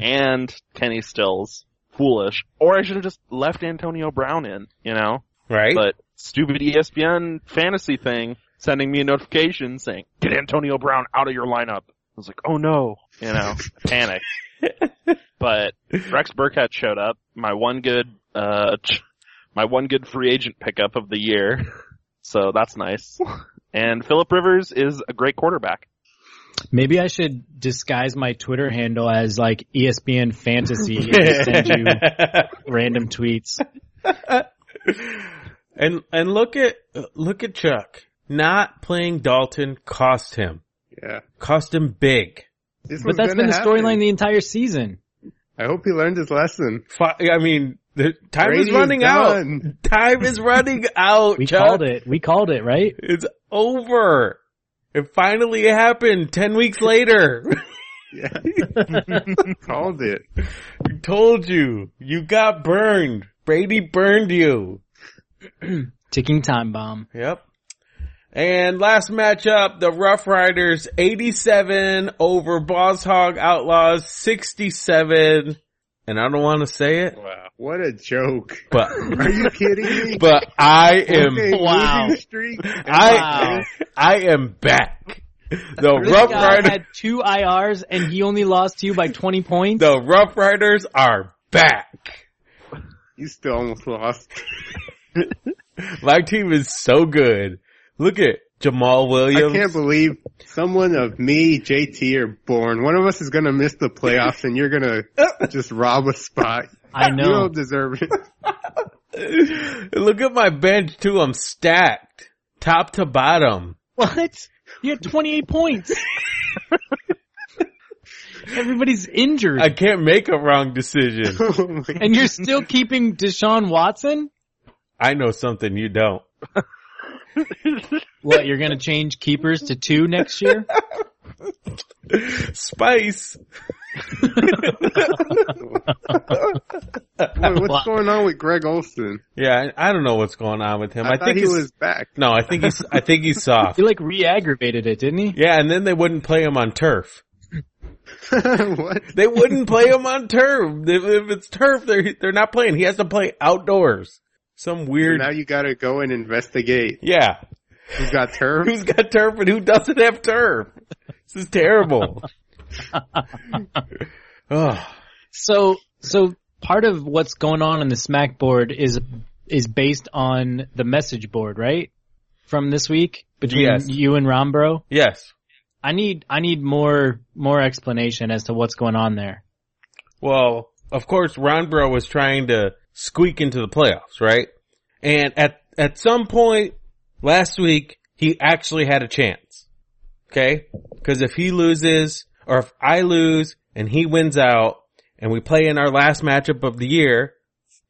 and Kenny Stills. Foolish. Or I should have just left Antonio Brown in. You know.
Right? [laughs]
But stupid E ESPN fantasy thing sending me a notification saying, get Antonio Brown out of your lineup. I was like, oh no, you know, panic. but Rex Burkhead showed up, my one good, uh, ch- my one good free agent pickup of the year. [laughs] So that's nice. And Philip Rivers is a great quarterback.
Maybe I should disguise my Twitter handle as like E ESPN [laughs] Fantasy and send you random tweets.
and and look at look at Chuck. Not playing Dalton cost him.
Yeah.
Cost him big.
This
But
was
that's
gonna
been the
happen.
storyline the entire season.
I hope he learned his lesson.
Fi I mean, the time
Brady
is running out.
done.
Time is running out.
We
Chuck.
called it. We called it, right?
It's over. It finally happened 10 weeks later. [laughs]
Yeah. [laughs] Called it.
Told you. You got burned. Brady burned you.
Ticking time bomb.
Yep. And last matchup, the Rough Riders 87 over Boss Hog Outlaws 67. And I don't want to say it,
Wow. What a joke.
but,
Are you kidding me?
[laughs] but um, I am,
Okay,
Wow.
losing streak.
I, I am back. The
This
Rough
guy
Riders,
had two IRs and he only lost to you by 20 points.
the Rough Riders are back.
You still almost lost.
My team is so good. Look at Jamal
I
Williams.
can't believe someone of me, JT, are born. One of us is gonna miss the playoffs and you're gonna just rob a spot.
I
You
know.
don't deserve
[laughs]
it. [laughs]
Look at my bench too. I'm stacked, top to bottom.
[laughs] What? You had 28 points. [laughs] Everybody's injured.
I can't make a wrong decision.
[laughs] Oh my
and you're still keeping Deshaun Watson?
I know something you don't. [laughs]
What, you're gonna change keepers to two next year?
Spice.
Boy, what's
Wow.
going on with Greg Olson?
Yeah, I, I don't know what's going on with him.
I,
I,
thought
think
he
he's
was back. [laughs]
no. I think he's. I think he's soft.
He like re-aggravated it, didn't he?
Yeah, and then they wouldn't play him on turf.
what?
They wouldn't play him on turf. If, if it's turf, they're they're not playing. He has to play outdoors. Some
So
weird.
now you gotta go and investigate.
yeah,
Who got term?
who's got turf and who doesn't have turf? This is
[laughs]
terrible. Ugh.
So, so part of what's going on in the smack board is, is based on the message board, right? From this week between
Yes.
you and Rombro.
Yes.
I need, I need more, more explanation as to what's going on there.
Well, of course, Ron Bro was trying to squeak into the playoffs, right? And at, at some point last week, he actually had a chance. Okay? Cause if he loses, or if I lose and he wins out and we play in our last matchup of the year,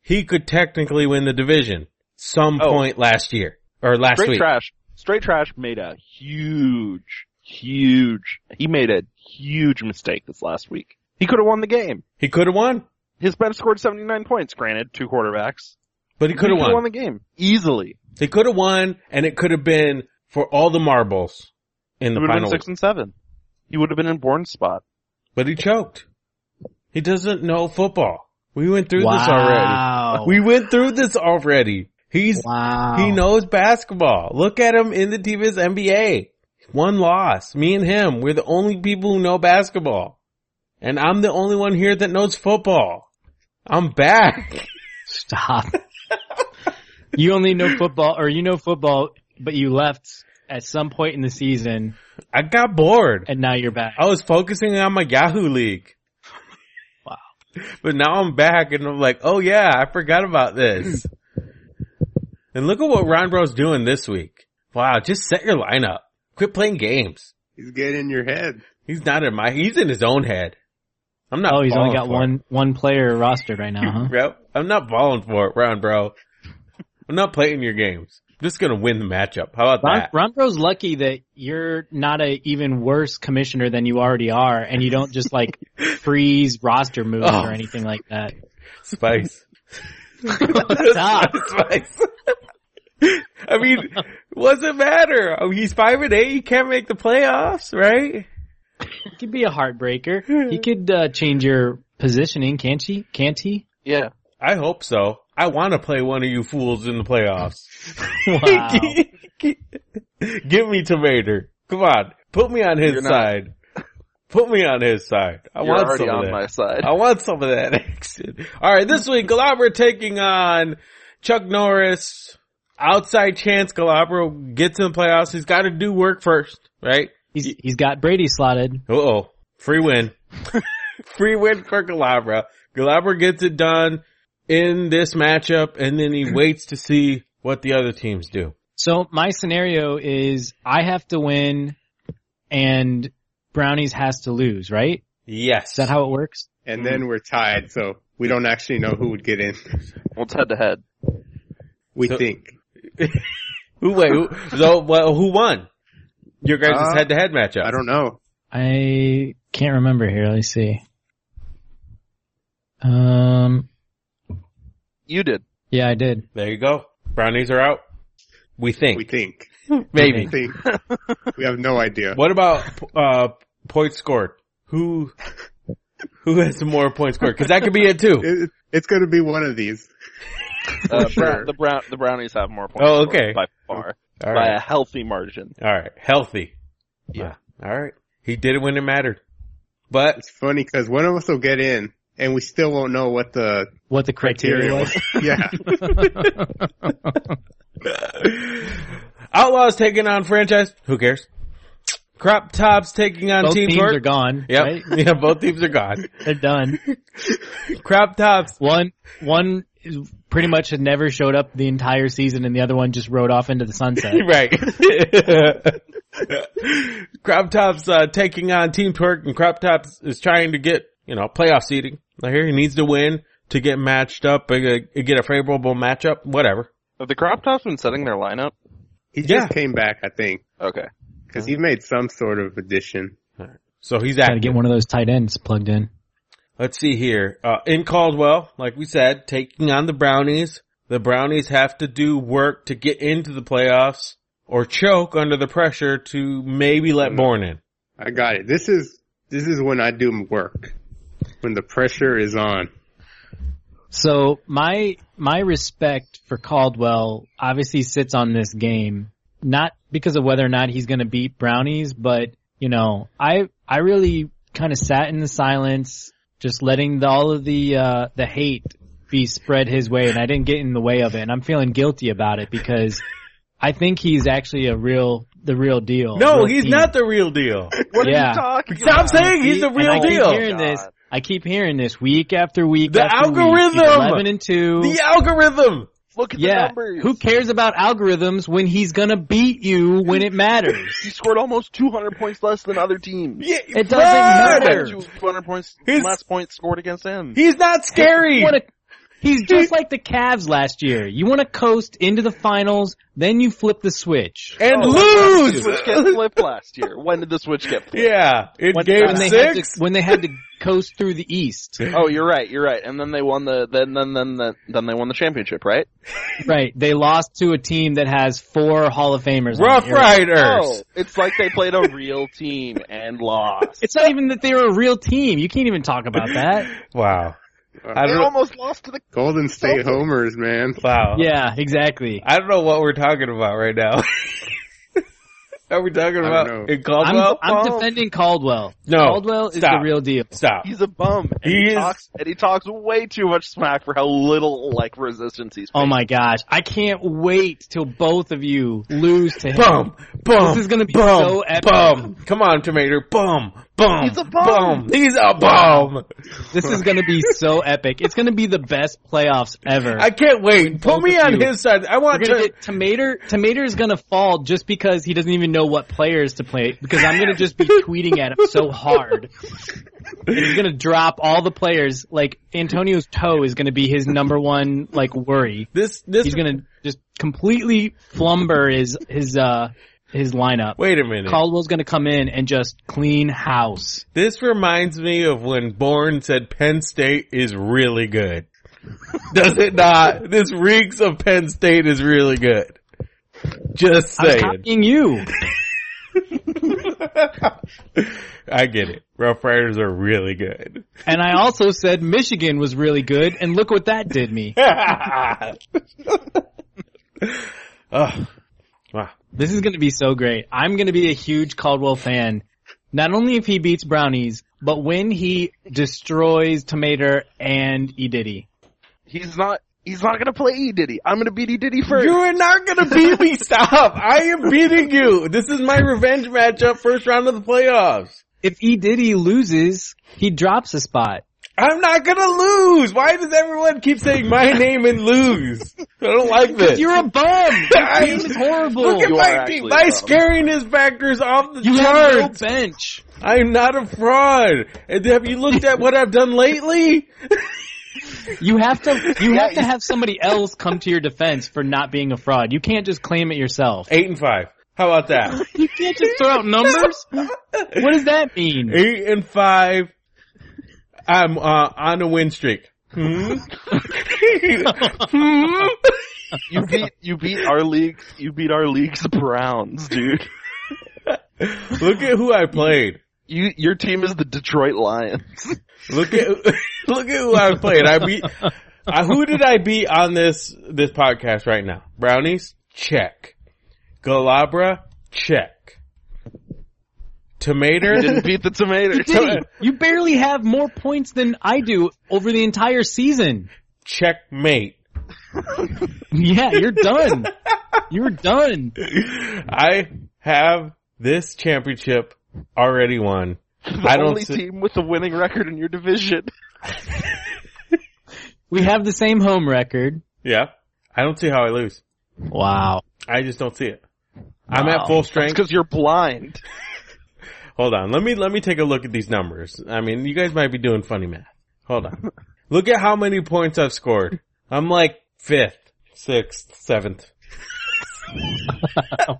he could technically win the division some
Oh.
point last year or last
Straight
week.
trash. Straight trash made a huge, huge. He made a huge mistake this last week. He could have won the game.
He could have won,
His bench scored 79 points. Granted, two quarterbacks.
but he could have
He
won.
coulda won the game easily.
They could have won and it could have been for all the marbles in
He
the
would have been
final
six and seven. He would have been in Bourne's spot.
But he choked. He doesn't know football. We went through this already.
wow.
We went through this already. He's
wow.
he knows basketball. Look at him in the TV's NBA. One loss. Me and him. We're the only people who know basketball. And I'm the only one here that knows football. I'm back. [laughs]
Stop. you only know football, or you know football, but you left at some point in the season,
I got bored.
and now you're back.
I was focusing on my Yahoo League.
Wow.
But now I'm back and I'm like, oh yeah, I forgot about
[laughs]
this. and look at what Ron Bro's doing this week. Wow, just set your lineup. Quit playing games.
He's getting in your head.
He's not in my, he's in his own head. I'm not.
Oh, he's only
falling
got
for
one one player rostered right
it.
now, huh?
Yep. I'm not falling for it, Ron Bro. I'm not playing your games. I'm just gonna win the matchup. How about
Ron,
that?
Ronpro's lucky that you're not a even worse commissioner than you already are, and you don't just like freeze roster moves
Oh.
or anything like that.
Spice.
Stop.
[laughs] Spice. I mean, what's it matter? I mean, he's five and eight. He can't make the playoffs, right?
It could be a heartbreaker. He could uh, change your positioning, can't he? Can't he?
Yeah.
I hope so. I want to play one of you fools in the playoffs.
Wow.
[laughs] Give me Tomater. Come on, put me on his
You're not-
side. Put me on his side. I
You're
want
already
some of
on
that.
my side.
I want some of that [laughs] action. All right, this week Galabra taking on Chuck Norris. Outside chance Galabra gets in the playoffs. He's got to do work first, right?
[laughs] He's he's got Brady slotted.
Uh oh, free win, free win for Galabra. Galabra gets it done in this matchup, and then he waits to see what the other teams do.
So my scenario is I have to win and Brownies has to lose, right?
Yes,
Is that how it works?
And then we're tied, so we don't actually know who would get in.
[laughs] Well, it's head to head.
We
So-
think.
who wait? Who, so well, who won? Your guys'
Uh,
head-to-head matchup.
I don't know.
I can't remember here. Let me see. Um,
You did.
yeah, I did.
There you go. Brownies are out. We think. [laughs]
We think. We
Maybe. [laughs]
think. we have no idea.
What about, uh, points scored? Who, who has more points scored? Cause that could be it too.
It, it's going to be one of these.
[laughs] Uh,
Sure.
brown, the brown the brownies have more points.
Oh,
scored
okay.
By far,
All
by
right.
a healthy margin.
All right. Healthy. Uh,
Yeah.
All right. He did it when it mattered. But
It's funny because one of us will get in and we still won't know what the
What the criteria
material.
was? [laughs]
[laughs] yeah.
[laughs] Outlaws taking on franchise. Who cares? Crop tops taking on
Both
team
teams
Torque.
are gone.
Yep.
right?
[laughs] Yeah, both teams are
[laughs]
gone.
They're done.
Crop tops.
One, one is- pretty much had never showed up the entire season, and the other one just rode off into the [laughs] sunset.
[laughs] Right. crop tops uh, taking on team Torque, and crop tops is trying to get you know playoff seating. I hear he needs to win to get matched up, uh, get a favorable matchup. Whatever.
Have the crop tops been setting their lineup?
He
Yeah.
just came back, I think,
Okay.
because he made some sort of addition.
So he's
Gotta
active.
get one of those tight ends plugged in.
Let's see here. Uh, in Caldwell, like we said, taking on the Brownies. The Brownies have to do work to get into the playoffs or choke under the pressure to maybe let Bourne in.
I got it. This is this is when I do work. When the pressure is on.
So my my respect for Caldwell obviously sits on this game, not because of whether or not he's going to beat Brownies, but you know, I I really kind of sat in the silence, just letting the, all of the uh, the hate be spread his way, and I didn't get in the way of it, and I'm feeling guilty about it because I think he's actually a real the real deal.
No,
real
he's
team.
not the real deal.
What are you
Yeah.
talking
Stop
about?
saying he's the
And
real
I keep
deal.
hearing this. I keep hearing this week after week.
The
after week. He's
algorithm!
Eleven and two.
The algorithm.
Look at the
Yeah.
numbers.
Who cares about algorithms when he's gonna beat you when
[laughs]
it matters?
He scored almost 200 points less than other teams.
Yeah,
It doesn't
Brad!
matter.
200 points
His-
less points scored against him.
He's not scary.
What a- he's just like the Cavs last year. You want to coast into the finals, then you flip the switch.
and
When did
lose.
The switch
[laughs]
get flipped last year. When did the switch get flipped?
yeah, in
When,
game
when they had to,
six.
when
[laughs]
they had to coast through the East,
Oh, you're right. You're right. And then they won the then then then then, then they won the championship, right?
right? They lost to a team that has four Hall of Famers. on
Rough
the air.
Riders.
Oh, it's like they played a real team and lost.
It's not even that they were a real team. You can't even talk about
[laughs]
that.
Wow. [laughs]
Uh,
I
They
oh
don't know.
almost lost to the.
Golden State homers, man.
Wow.
Yeah, exactly.
I don't know what we're talking about right now. [laughs] Are we talking
I don't
about
know.
in Caldwell?
I'm, I'm
Caldwell?
defending Caldwell.
No,
Caldwell is
stop.
the real deal.
Stop.
He's a bum. And
He
he,
is-
talks and he talks way too much smack for how little like resistance he's.
Oh
facing.
my gosh. I can't wait till both of you lose to him.
Boom, boom.
This is gonna be
boom,
so epic.
Boom. Come on, tomato. Boom, boom.
He's a bum.
boom. He's a bomb.
This is going to be so epic. It's going to be the best playoffs ever.
I can't wait. Put
Both
me
of
on
you.
his side. I
We're
want
gonna
to.
get Tomater. Tomater is gonna fall just because he doesn't even know what players to play. Because I'm gonna just be tweeting at him so hard, and he's gonna drop all the players. Like Antonio's toe is gonna be his number one like worry.
This, this.
He's gonna just completely flumber his his uh his lineup.
Wait a minute.
Caldwell's gonna come in and just clean house.
This reminds me of when Bourne said Penn State is really good.
[laughs]
Does it not? This reeks of Penn State is really good. Just
I'm
saying.
copying you.
I get it. Rough Riders are really
[laughs]
good.
And I also said Michigan was really good, and look what that did me.
Ugh. wow.
This is going to be so great. I'm going to be a huge Caldwell fan. Not only if he beats Brownies, but when he destroys Tomater and E Diddy.
He's not. He's not gonna play E Diddy. I'm gonna beat E Diddy first.
You are not gonna beat me. Stop. I am beating you. This is my revenge matchup first round of the playoffs.
If E Diddy loses, he drops a spot.
I'm not gonna lose. Why does everyone keep saying my name and lose? I don't
[laughs]
like this.
You're
[laughs]
a bum.
I-
Your team is horrible.
Look at
You are
my
actually
team.
a
My
problem.
scariness factor's off the
You have no
charts.
bench.
I'm not a fraud. And have you looked at what I've done lately?
You have to. You
Yeah,
have to
you-
have somebody else come to your defense for not being a fraud. You can't just claim it yourself.
Eight and five. How about that?
You can't just throw out numbers. What does that mean?
[laughs] Eight and five. I'm uh, on a win streak. [laughs] Hmm? Hmm?
You beat you beat our leagues. You beat our league's Browns, dude.
Look at who I played.
You your team is the
[laughs]
Detroit Lions.
Look at look at who I played. I beat. I, who did I beat on this this podcast right now? Brownies, check. Galabra, check.
You
Tomato,
didn't beat the Tomatoes.
Diddy, you barely have more points than I do over the entire season.
[laughs] checkmate.
Yeah, you're done. You're done.
I have this championship already won.
The
I don't
only
see-
team with a winning record in your division.
We have the same home record.
Yeah. I don't see how I lose.
Wow. [laughs]
I just don't see it. I'm
Wow.
at full
It's
strength.
because you're blind.
Hold on. Let me, let me take a look at these numbers. I mean, you guys might be doing funny math. Hold
[laughs]
on. look at how many points I've scored. I'm like fifth, sixth, seventh.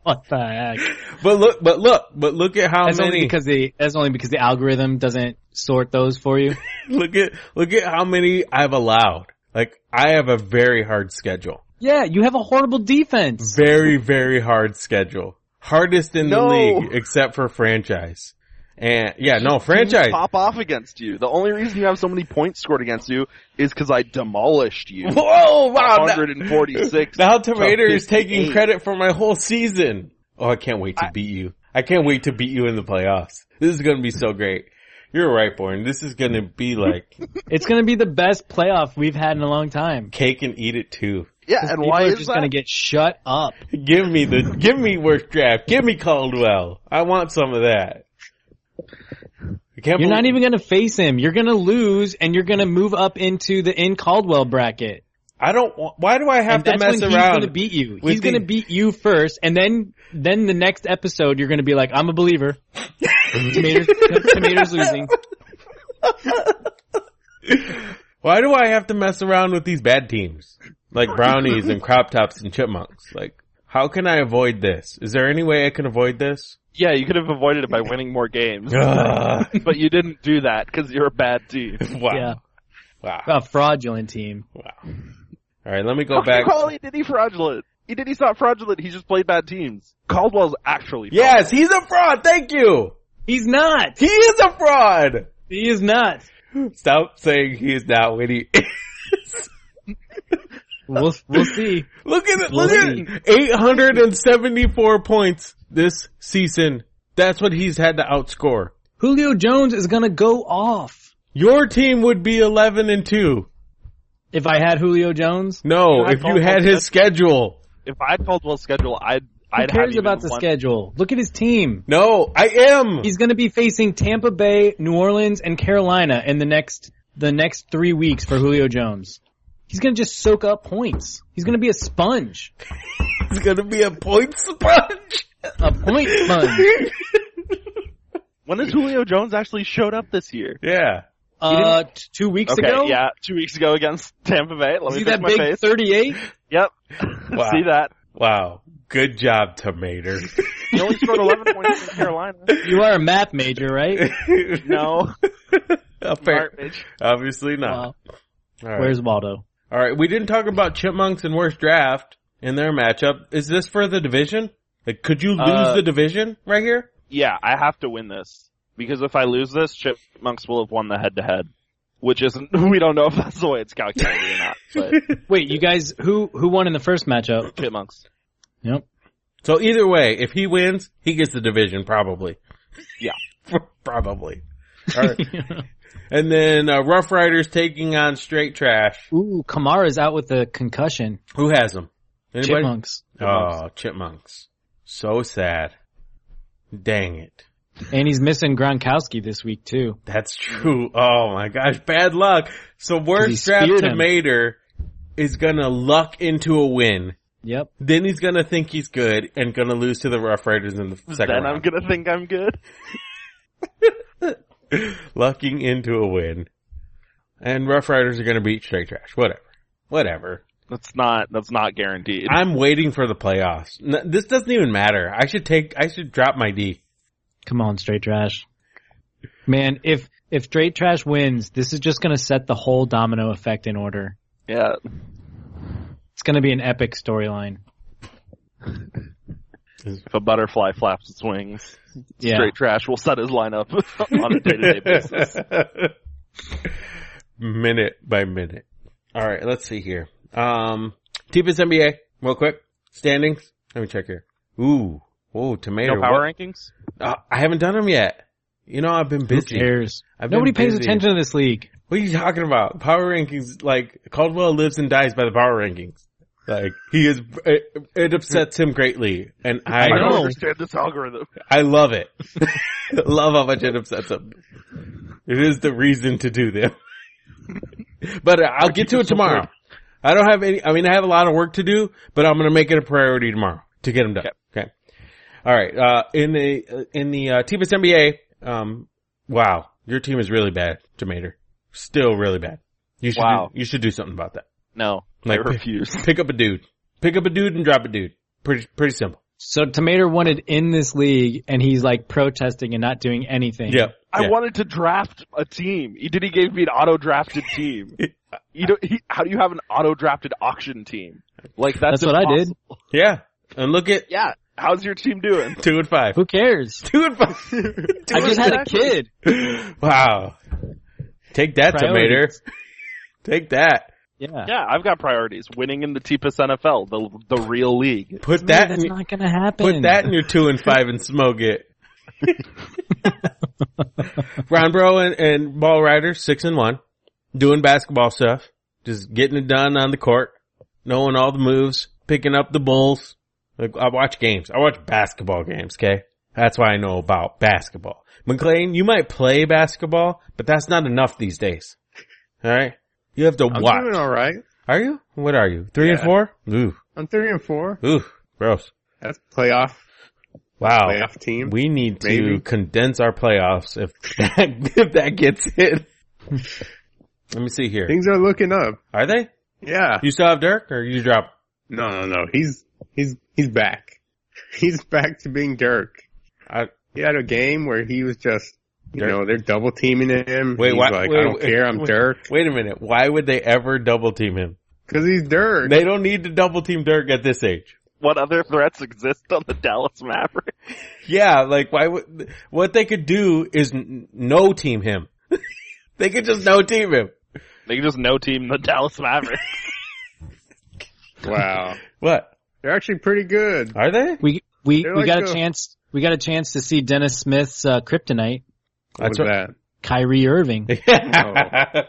What the heck?
But look, but look, but look at how
That's only
many,
because the that's only because the algorithm doesn't sort those for you.
[laughs] look at, look at how many I've allowed. Like, I have a very hard schedule.
Yeah, you have a horrible defense.
Very,
[laughs]
very hard schedule. Hardest in
No.
the league, except for franchise. And yeah, no, franchise.
Teams pop off against you. The only reason you have so many points scored against you is because I demolished
[laughs]
you.
Whoa, wow. Now,
146.
now Tomato is taking
58.
credit for my whole season. Oh, I can't wait to beat you. I can't wait to beat you in the playoffs. This is gonna be so great. You're right, Born. This is gonna be like
It's gonna be the best playoff we've had in a long time.
cake and eat it too.
yeah, and
People
why
are
is
just
that?
gonna get shut up.
Give me the, give me worst draft. Give me Caldwell. I want some of that. I can't
You're not
believe-
even gonna face him. You're gonna lose, and you're gonna move up into the in Caldwell bracket.
I don't, wa- why do I have
And
to
that's
mess
when he's
around?
gonna beat you.
with
He's gonna
the-
beat you first, and then then the next episode you're gonna be like, I'm
[laughs]
a believer. tomatoes, tomatoes losing.
Why do I have to mess around with these bad teams? Like brownies and crop tops and chipmunks. Like, how can I avoid this? Is there any way I can avoid this?
Yeah, you could have avoided [laughs] it by winning more games,
[laughs] Ugh.
but you didn't do that because you're a bad team.
wow.
Yeah,
Wow.
a fraudulent team.
Wow. Alright, let me go
How can you
back.
call he did he fraudulent? He did he's not fraudulent. He just played bad teams. Caldwell's actually
Yes, he's a fraud. Thank you.
He's not.
He is a fraud.
He is not.
Stop saying he is not witty.
We'll we'll see.
[laughs] look at it. Look at it. 874 points this season. That's what he's had to outscore.
Julio Jones is gonna go off.
Your team would be 11 and 2.
If I had Julio Jones,
No,
Not
if you
Caldwell
had his schedule.
If I had Caldwell's schedule, I'd
who
I'd have
cares
even
about the
one-
schedule? Look at his team.
No, I am.
He's gonna be facing Tampa Bay, New Orleans, and Carolina in the next the next three weeks for Julio Jones. He's gonna just soak up points. He's gonna be a sponge,
He's gonna be a point sponge.
[laughs]
a point sponge.
When has Julio Jones actually showed up this year?
[laughs] Yeah.
Uh, t- two weeks
okay,
ago.
yeah, two weeks ago against Tampa Bay. Let me
See
fix
that
my
big
face.
thirty-eight?
Yep,
Wow.
[laughs] see that.
Wow. Good job, [laughs] Tomato.
He only scored 11 points in Carolina.
You are a math major,
[laughs]
right?
No,
Fair.
Smart, bitch.
Obviously
Wow.
not. All right.
Where's Waldo?
All right. We didn't talk about Chipmunks and Worst Draft in their matchup. Is this for the division? Like, could you lose
Uh,
the division right here?
Yeah, I have to win this because if I lose this, Chipmunks will have won the head-to-head, which isn't. [laughs] We don't know if that's the way it's calculated or not.
[laughs]
But
Wait, you guys, who who won in the first matchup?
Chipmunks.
Yep.
So either way, if he wins, he gets the division probably.
Yeah.
[laughs] probably. All
[laughs]
right. and then uh, Rough Riders taking on Straight Trash.
Ooh, Kamara's out with a concussion.
Who has him? Anybody?
Chipmunks,
Oh, chipmunks. So sad. Dang it.
and he's missing Gronkowski this week too.
That's true. Oh my gosh. Bad luck. So
he
word strap
speared him.
tomato is gonna luck into a win.
Yep.
Then he's gonna think he's good and gonna lose to the Rough Riders in the second
then I'm
round.
gonna think I'm good.
Lucking into a win. And Rough Riders are gonna beat Straight Trash. Whatever. Whatever.
That's not that's not guaranteed.
I'm waiting for the playoffs. N- This doesn't even matter. I should take, I should drop my D.
Come on, straight trash. Man, if if straight trash wins, this is just gonna set the whole domino effect in order.
yeah.
It's gonna be an epic storyline.
If a butterfly flaps its wings,
Yeah.
straight trash will set his lineup [laughs] on a day to
[laughs]
day basis.
minute by minute. All right, let's see here. Um, T-Biz NBA, real quick. Standings. Let me check here. Ooh, whoa, tomato.
No power
What-
rankings?
Uh, I haven't done them yet. You know, I've been
Who
busy.
cares?
I've been
Nobody pays
busy.
attention to this league.
What are you talking about? Power rankings, like Caldwell lives and dies by the power rankings. Like he is, it, it upsets him greatly, and I
I don't
know.
understand this algorithm.
I love it. [laughs] love how much it upsets him. It is the reason to do them. [laughs] but uh, I'll get to it tomorrow. I don't have any, I mean, I have a lot of work to do, but I'm going to make it a priority tomorrow to get them done. Okay. All right. Uh, in the, uh, in the, uh, T-Bus NBA, um, wow, your team is really bad, Jamater. Still really bad. You should,
Wow.
do, you should do something about that.
No,
Like-
I refuse.
Pick up a dude. Pick up a dude and drop a dude. Pretty, pretty simple.
So Tomater wanted in this league and he's like protesting and not doing anything.
Yeah.
I
yeah.
wanted to draft a team. He did. He gave me an auto-drafted [laughs] team. You don't, he, how do you have an auto-drafted auction team? Like that's,
That's what I did.
impossible.
Yeah. And look at
Yeah. How's your team doing?
two and five.
Who cares?
Two and five.
I just had a
Exactly.
kid.
wow. Take that, Tomater.
Priorities.
Take that.
Yeah.
[laughs] Yeah, I've got priorities. Winning in the T-Pus NFL, the the real league.
Put
Man,
that
that's
in,
not gonna happen.
put that in your two and five and smoke it. Ron Bro and, and Ball Rider, six and one. Doing basketball stuff. Just getting it done on the court. Knowing all the moves. Picking up the bulls. Like, I watch games. I watch basketball games, okay? That's why I know about basketball. McLean, you might play basketball, but that's not enough these days. Alright? You have to
I'm
watch.
doing all right.
Are you? What are you? Three and
Yeah.
four? Ooh,
I'm three and four.
ooh, gross.
That's playoff
Wow.
playoff team.
Oh. We need to
Maybe.
condense our playoffs if [laughs] that, if that gets in. Let me see here.
Things are looking up.
Are they?
Yeah.
You still have Dirk or you drop?
No, no, no. He's he's he's back. He's back to being Dirk.
I-
he had a game where he was just, you
Dirk?
know, they're double teaming him.
Wait,
he's
why-
like,
wait,
I don't
wait,
care. I'm
wait.
Dirk
Wait a minute. Why would they ever double team him?
because he's Dirk.
They don't need to double team Dirk at this age.
What other threats exist on the Dallas Mavericks?
Yeah, like why would, what they could do is n- no team him. [laughs] they could just no team him.
They can just no team the Dallas Mavericks.
Wow,
What?
they're actually pretty good.
Are they?
we we,
They're
we
like
got a
the-
chance we got a chance to see Dennis Smith's uh, kryptonite,
What was
[laughs] That's
that?
Kyrie Irving.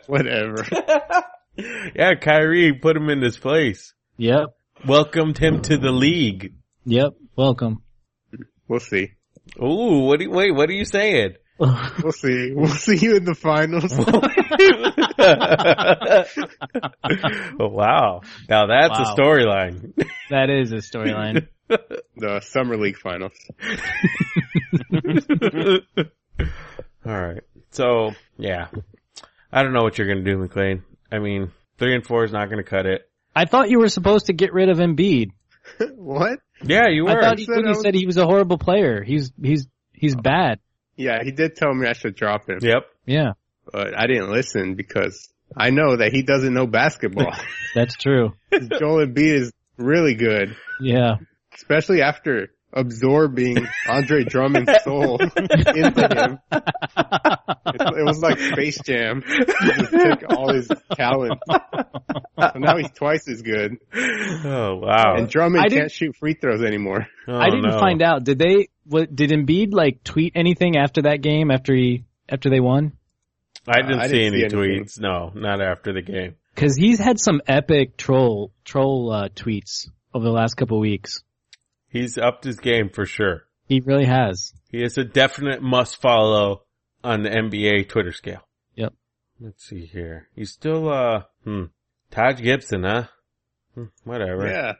Whatever. [laughs]
yeah, Kyrie put him in this place.
Yep.
Welcomed him to the league.
Yep.
[laughs]
Welcome.
We'll see.
Ooh, what? Do you, wait, what are you saying?
We'll see. We'll see you in the finals.
[laughs] wow, now that's
Wow.
a storyline. [laughs]
that is
[laughs]
a storyline.
[laughs] the summer league finals.
All right, so yeah, I don't know what you're gonna do, McLean. I mean, three and four is not gonna cut it.
I thought you were supposed to get rid of Embiid.
what?
Yeah, you
I
were.
thought you,
Said
when
I
you
was- Oh.
said he was a horrible player. He's he's he's bad.
Yeah, he did tell me I should drop him,
yep.
Yeah,
but I didn't listen because I know that he doesn't
[laughs]
know basketball. [laughs]
that's true.
Joel Embiid is really good,
Yeah.
especially after absorbing Andre Drummond's
[laughs]
soul into him. It, it was like Space Jam. He just took all his talent. So now he's twice as good.
Oh wow. Oh,
And Drummond
I
can't
didn't-
shoot free throws anymore.
I didn't find out. Did they what did Embiid like tweet anything after that game after he after they won?
I didn't
I
see
didn't
any
see anything.
tweets. No, not after the game.
Cuz he's had some epic troll troll uh, tweets over the last couple weeks.
He's upped his game for sure.
He really has.
He is a definite must follow on the NBA Twitter scale.
Yep.
Let's see here. You still, uh, hmm. Todd Gibson, huh? Hmm, Whatever.
Yeah.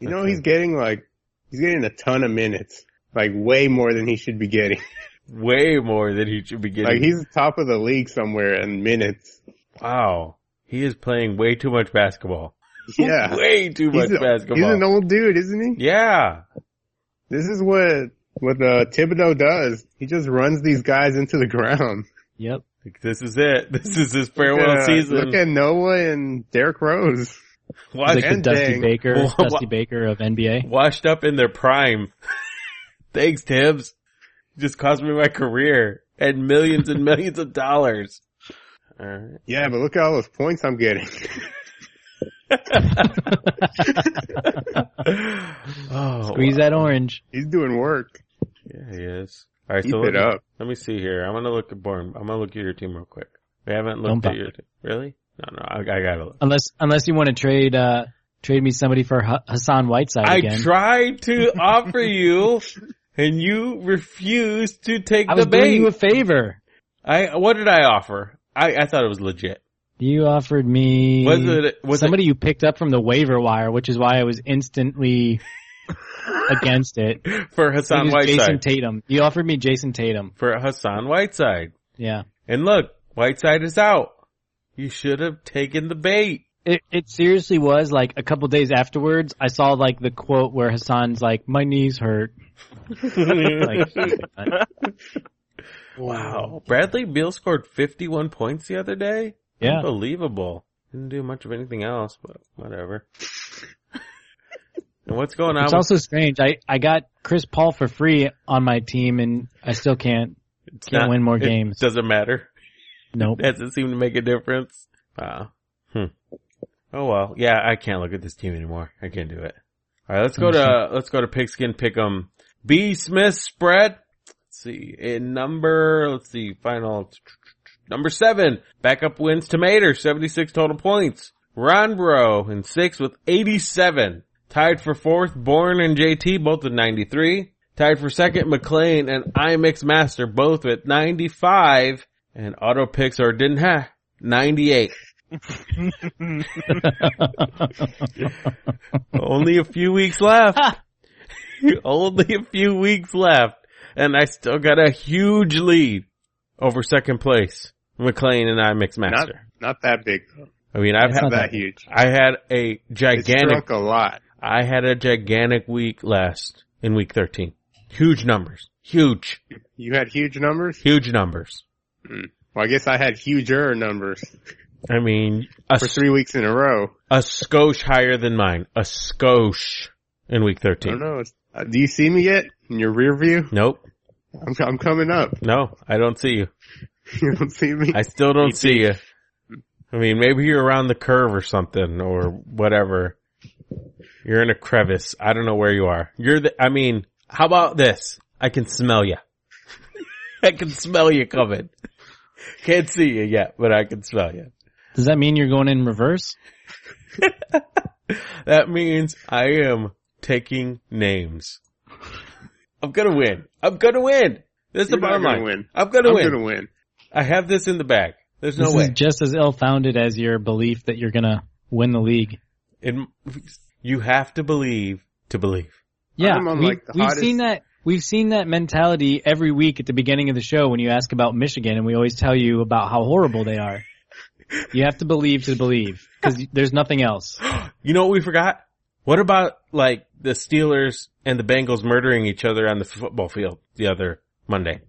You know,
Okay.
he's getting like, he's getting a ton of minutes. Like way more than he should be getting.
Way more than he should be getting.
Like he's top of the league somewhere in minutes.
wow. He is playing way too much basketball. [laughs]
Yeah.
way too much
He's, a- he's
basketball.
an old dude, isn't he?
yeah,
This is what what uh, Thibodeau does. He just runs these guys into the ground.
Yep.
this is it. [laughs] This is his farewell
Uh,
season.
Look at Noah and Derrick Rose.
Watch-
like the
and
Dusty
Dang. [laughs]
Baker,
Well,
Dusty
wha-
Baker of NBA.
washed up in their prime. [laughs] Thanks, Tibbs. Just cost me my career and millions and [laughs] millions of dollars. All right.
Yeah, but look at all those points I'm getting. [laughs]
Oh,
Squeeze that orange.
He's doing work.
yeah, he is. All right,
Keep
so
it
let me,
up.
let me see here. I'm gonna look at Born. I'm gonna look at your team real quick. We haven't
Don't
looked at your team. Really? No, no. I, I gotta look.
Unless unless you want to trade uh trade me somebody for H- Hassan Whiteside
I
again.
tried
[laughs]
to offer you, and you refused to take
I
the
was doing
bait.
you a favor.
I what did I offer? I I thought it was legit.
You offered me
Was it was it
somebody you picked up from the waiver wire, which is why I was
[laughs]
instantly against it. It
for Hassan
was Jason
Whiteside.
Tatum. You offered me Jason Tatum.
for Hassan Whiteside.
Yeah.
And look, Whiteside is out. You should have taken the
[laughs]
bait.
It it seriously was like a couple days afterwards. I saw like the quote where Hassan's like, "My knees hurt."
[laughs]
Like,
wow. Bradley Beal scored 51 points the other day.
yeah.
Unbelievable. Didn't do much of anything else, but whatever. and what's going on?
It's
With,
also strange. I, I got Chris Paul for free on my team, and I still can't
it's
can't win more games.
It doesn't matter.
Nope.
Doesn't seem to make a difference. Wow. Hmm. Oh well. Yeah, I can't look at this team anymore. I can't do it. All right, let's go to let's go to Pigskin Pick'em. B Smith spread. Let's see in number. Let's see final number seven. Backup wins Tomater seventy six total points. Ron Bro in six with eighty seven. Tied for fourth, Bourne and JT both at 93. Tied for second, McLean and IMX Master both at 95. And Auto Pixar didn't have 98. Only a few weeks left. [laughs] Only a few weeks left. And I still got a huge lead over second place. McLean and IMX
Not,
Master.
not that big.
I mean, I've
It's
had,
not
That huge.
I had a
It's
gigantic
drunk a lot.
I had a gigantic week last in week 13. Huge numbers. Huge,
You had huge numbers.
huge numbers.
Well, I guess I had huger numbers
I mean, a,
for three weeks in a row.
a skosh higher than mine. A skosh in week
I don't
13.
know. It's- uh, do you see me yet in your rear view?
Nope.
I'm, I'm coming up. [laughs]
No, I don't see you.
You don't see me.
I still don't see you. I mean, maybe you're around the curve or something or whatever. You're in a crevice. I don't know where you are. You're the, I mean, how about this? I can smell you. [laughs] I can smell you coming. Can't see you yet, but I can smell you.
Does that mean you're going in reverse?
That means I am taking names. I'm gonna win. I'm gonna win. That's the
You're not
bottom
gonna
line.
win.
I'm gonna
I'm
win.
gonna win.
I have this in the bag. There's no
this
way.
is just as ill-founded as your belief that you're gonna win the league.
In, you have to believe to believe.
Yeah,
I'm on,
we,
like, the
we've
hottest-
seen that. We've seen that mentality every week at the beginning of the show when you ask about Michigan, and we always tell you about how horrible
[laughs]
they are. You have to believe to believe because there's nothing else.
You know what we forgot? What about like the Steelers and the Bengals murdering each other on the football field the other Monday?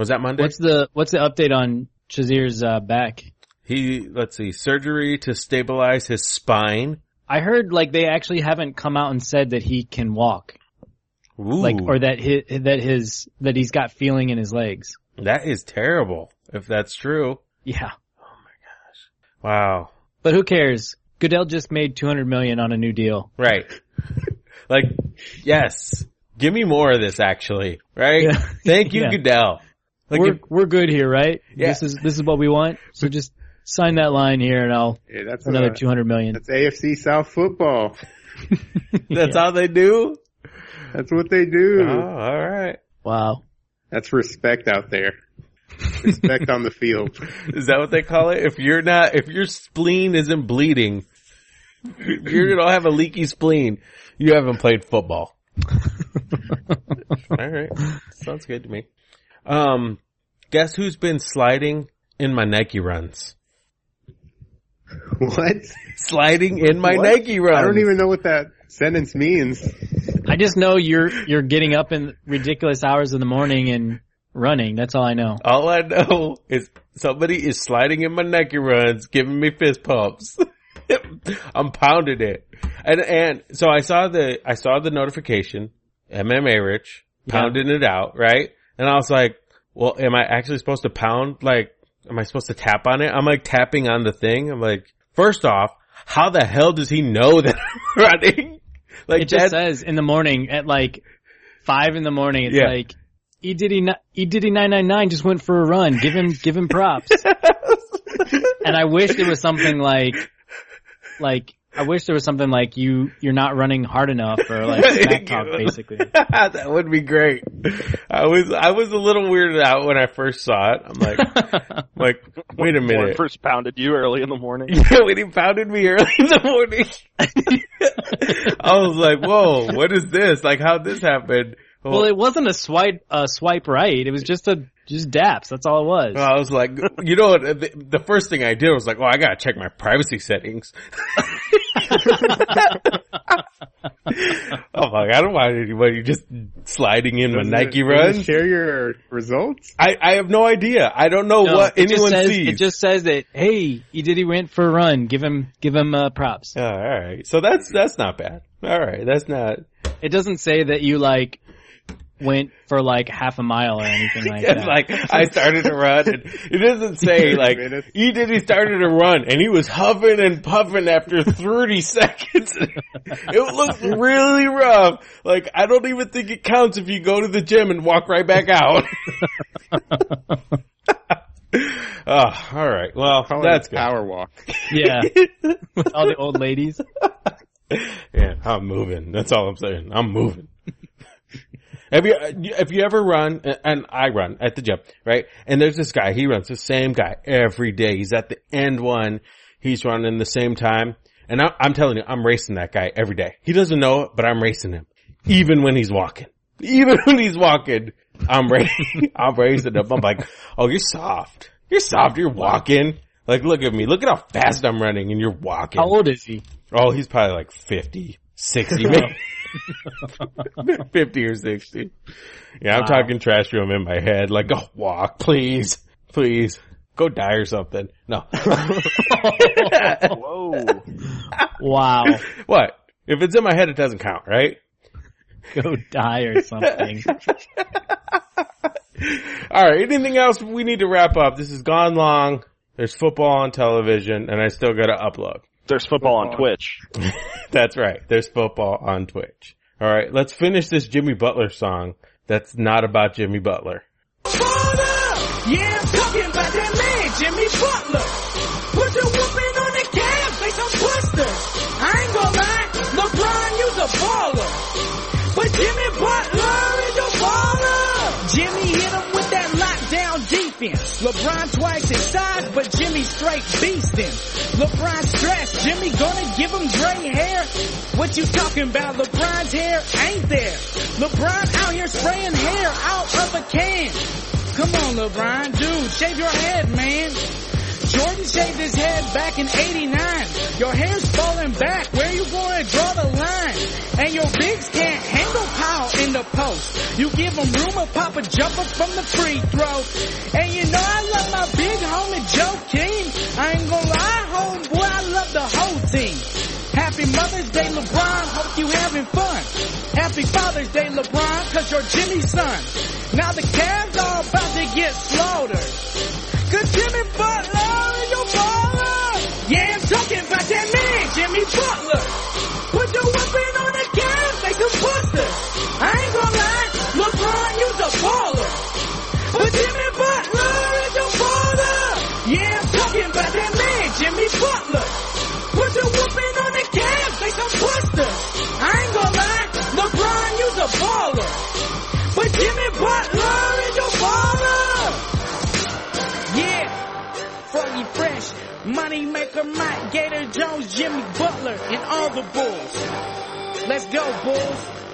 Was that Monday?
What's the What's the update on Shazier's uh, back?
he let's see, surgery to stabilize his spine.
I heard like they actually haven't come out and said that he can walk,
Ooh,
like or that his, that his that he's got feeling in his legs.
that is terrible if that's true.
Yeah,
Wow.
but who cares? Goodell just made 200 million on a new deal.
[laughs]
Right. like, yes. Give me more of this actually. Right?
Yeah.
Thank
[laughs]
you,
Yeah.
Goodell. Like
we're
if-
we're good here, right?
Yeah.
This is this is what we want. So just sign that line here, and I'll
Yeah, that's
another
uh,
200 million.
That's AFC South football.
that's how they do?
That's what they do.
Oh, alright.
Wow.
That's respect out there. Respect on the field.
Is that what they call it? If you're not, if your spleen isn't bleeding, [laughs] if you don't have a leaky spleen, you haven't played football.
[laughs]
All right. Sounds good to me. Um, guess who's been sliding in my Nike runs?
[laughs] What?
Sliding in my
What?
Nike runs.
I don't even know what that sentence means.
I just know you're you're getting up in ridiculous hours in the morning and running. That's all I know.
All I know is somebody is sliding in my Nike runs, giving me fist pumps. [laughs] I'm pounding it. And, and so I saw the, I saw the notification, MMA Rich, pounding it out, right? And I was like, well, am I actually supposed to pound? Like, am I supposed to tap on it? I'm like tapping on the thing. I'm like, first off, how the hell does he know that I'm [laughs] running? Like
It just
that-
says in the morning at like five in the morning. It's
Yeah.
like E Diddy ni- E Diddy nine nine nine just went for a run. Give him give
[laughs]
him props. and I wish there was something like like I wish there was something like you you're not running hard enough or
[laughs]
like back talk basically.
that would be great. I was I was a little weirded out when I first saw it. I'm
[laughs]
like like wait a
Warren
minute.
first pounded you early in the morning.
[laughs] Yeah, when he pounded me early in the morning. [laughs] I was like, whoa, what is this? Like how'd this happen?
well, it wasn't a swipe a swipe right. It was just a just daps. That's all it was.
Well, I was like, you know what? The, the first thing I did was like, oh, I gotta check my privacy settings. [laughs] I'm like, I don't want anybody just sliding in my
Does it-
Nike
does it
runs.
Share your results.
I, I have no idea. I don't know
No,
what
it just
anyone
says-
sees.
It just says that hey, E Diddy went for a run. Give him give him uh, props.
Oh, all right. So that's that's not bad. All right, that's not.
It doesn't say that you like went for like half a mile
[laughs]
or anything like
It's
that.
like I started to run. And [laughs] it doesn't [laughs] say like
Minutes.
he did. He started to run, and he was huffing and puffing [laughs] after thirty seconds. it looked really rough. Like I don't even think it counts if you go to the gym and walk right back [laughs] out. oh, all right. Well,
Call it a
that's good.
power walk.
yeah,
[laughs]
with all the old ladies.
Yeah, I'm moving. That's all I'm saying. I'm moving. [laughs] have you if you ever run and I run at the gym, right? And there's this guy. He runs the same guy every day. He's at the end one. He's running the same time. And I, I'm telling you, I'm racing that guy every day. He doesn't know it, but I'm racing him. Even when he's walking, even [laughs] when he's walking, I'm racing. [laughs] I'm racing him. I'm like, oh, you're soft. You're soft. You're walking. Like, look at me. Look at how fast I'm running, and you're walking.
How old is he?
Oh, he's probably like 50, 60, maybe. 50 or 60. Yeah, I'm
Wow.
talking trash to him in my head. Like, go walk, please, please. Go die or something. No. [laughs]
Whoa.
[laughs]
Wow,
what? If it's in my head, it doesn't count, right?
go die or something.
All right. Anything else we need to wrap up? This has gone long. There's football on television and I still got to upload.
[laughs]
[laughs]
There's football on Twitch.
That's right. There's football on Twitch. All right. Let's finish this Jimmy Butler song. That's not about Jimmy Butler.
Hold up! Yeah, I'm talking about that man, Jimmy Butler. Put the whooping on the gas, they some twisters. I ain't gonna lie, LeBron, you's a baller. But Jimmy Butler is a baller. Jimmy hit him with that lockdown defense. LeBron twice his size, but Jimmy straight beastin'. LeBron stressed, Jimmy gonna give him gray hair. What you talking about? LeBron's hair ain't there. LeBron out here spraying hair out of a can. Come on, LeBron, dude, shave your head, man. Jordan shaved his head back in 89. Your hair's falling back. Where you gonna draw the line? And your bigs can't handle power in the post. You give them room or pop a jumper from the free throw. And you know I love my big homie Joe King. I ain't gonna lie, homeboy, I love the whole team. Happy Mother's Day, LeBron. Hope you having fun. Happy Father's Day, LeBron, cause you're Jimmy's son. Now the Cavs are about to get slaughtered. Cause Jimmy Butler is your baller. Yeah, I'm talking about that man, Jimmy Butler. Put the weapon on the gas, they some busters. I ain't gonna lie, LeBron, you's a baller. But Jimmy Butler is your baller. Yeah, I'm talking about that man, Jimmy Butler. Put the whooping on the gas, they some busters. I ain't gonna lie, LeBron, you's a baller. But Jimmy Butler is your baller. Yeah, Froggy Fresh, Money Maker Mike, Gator Jones, Jimmy Butler, and all the Bulls. Let's go, Bulls.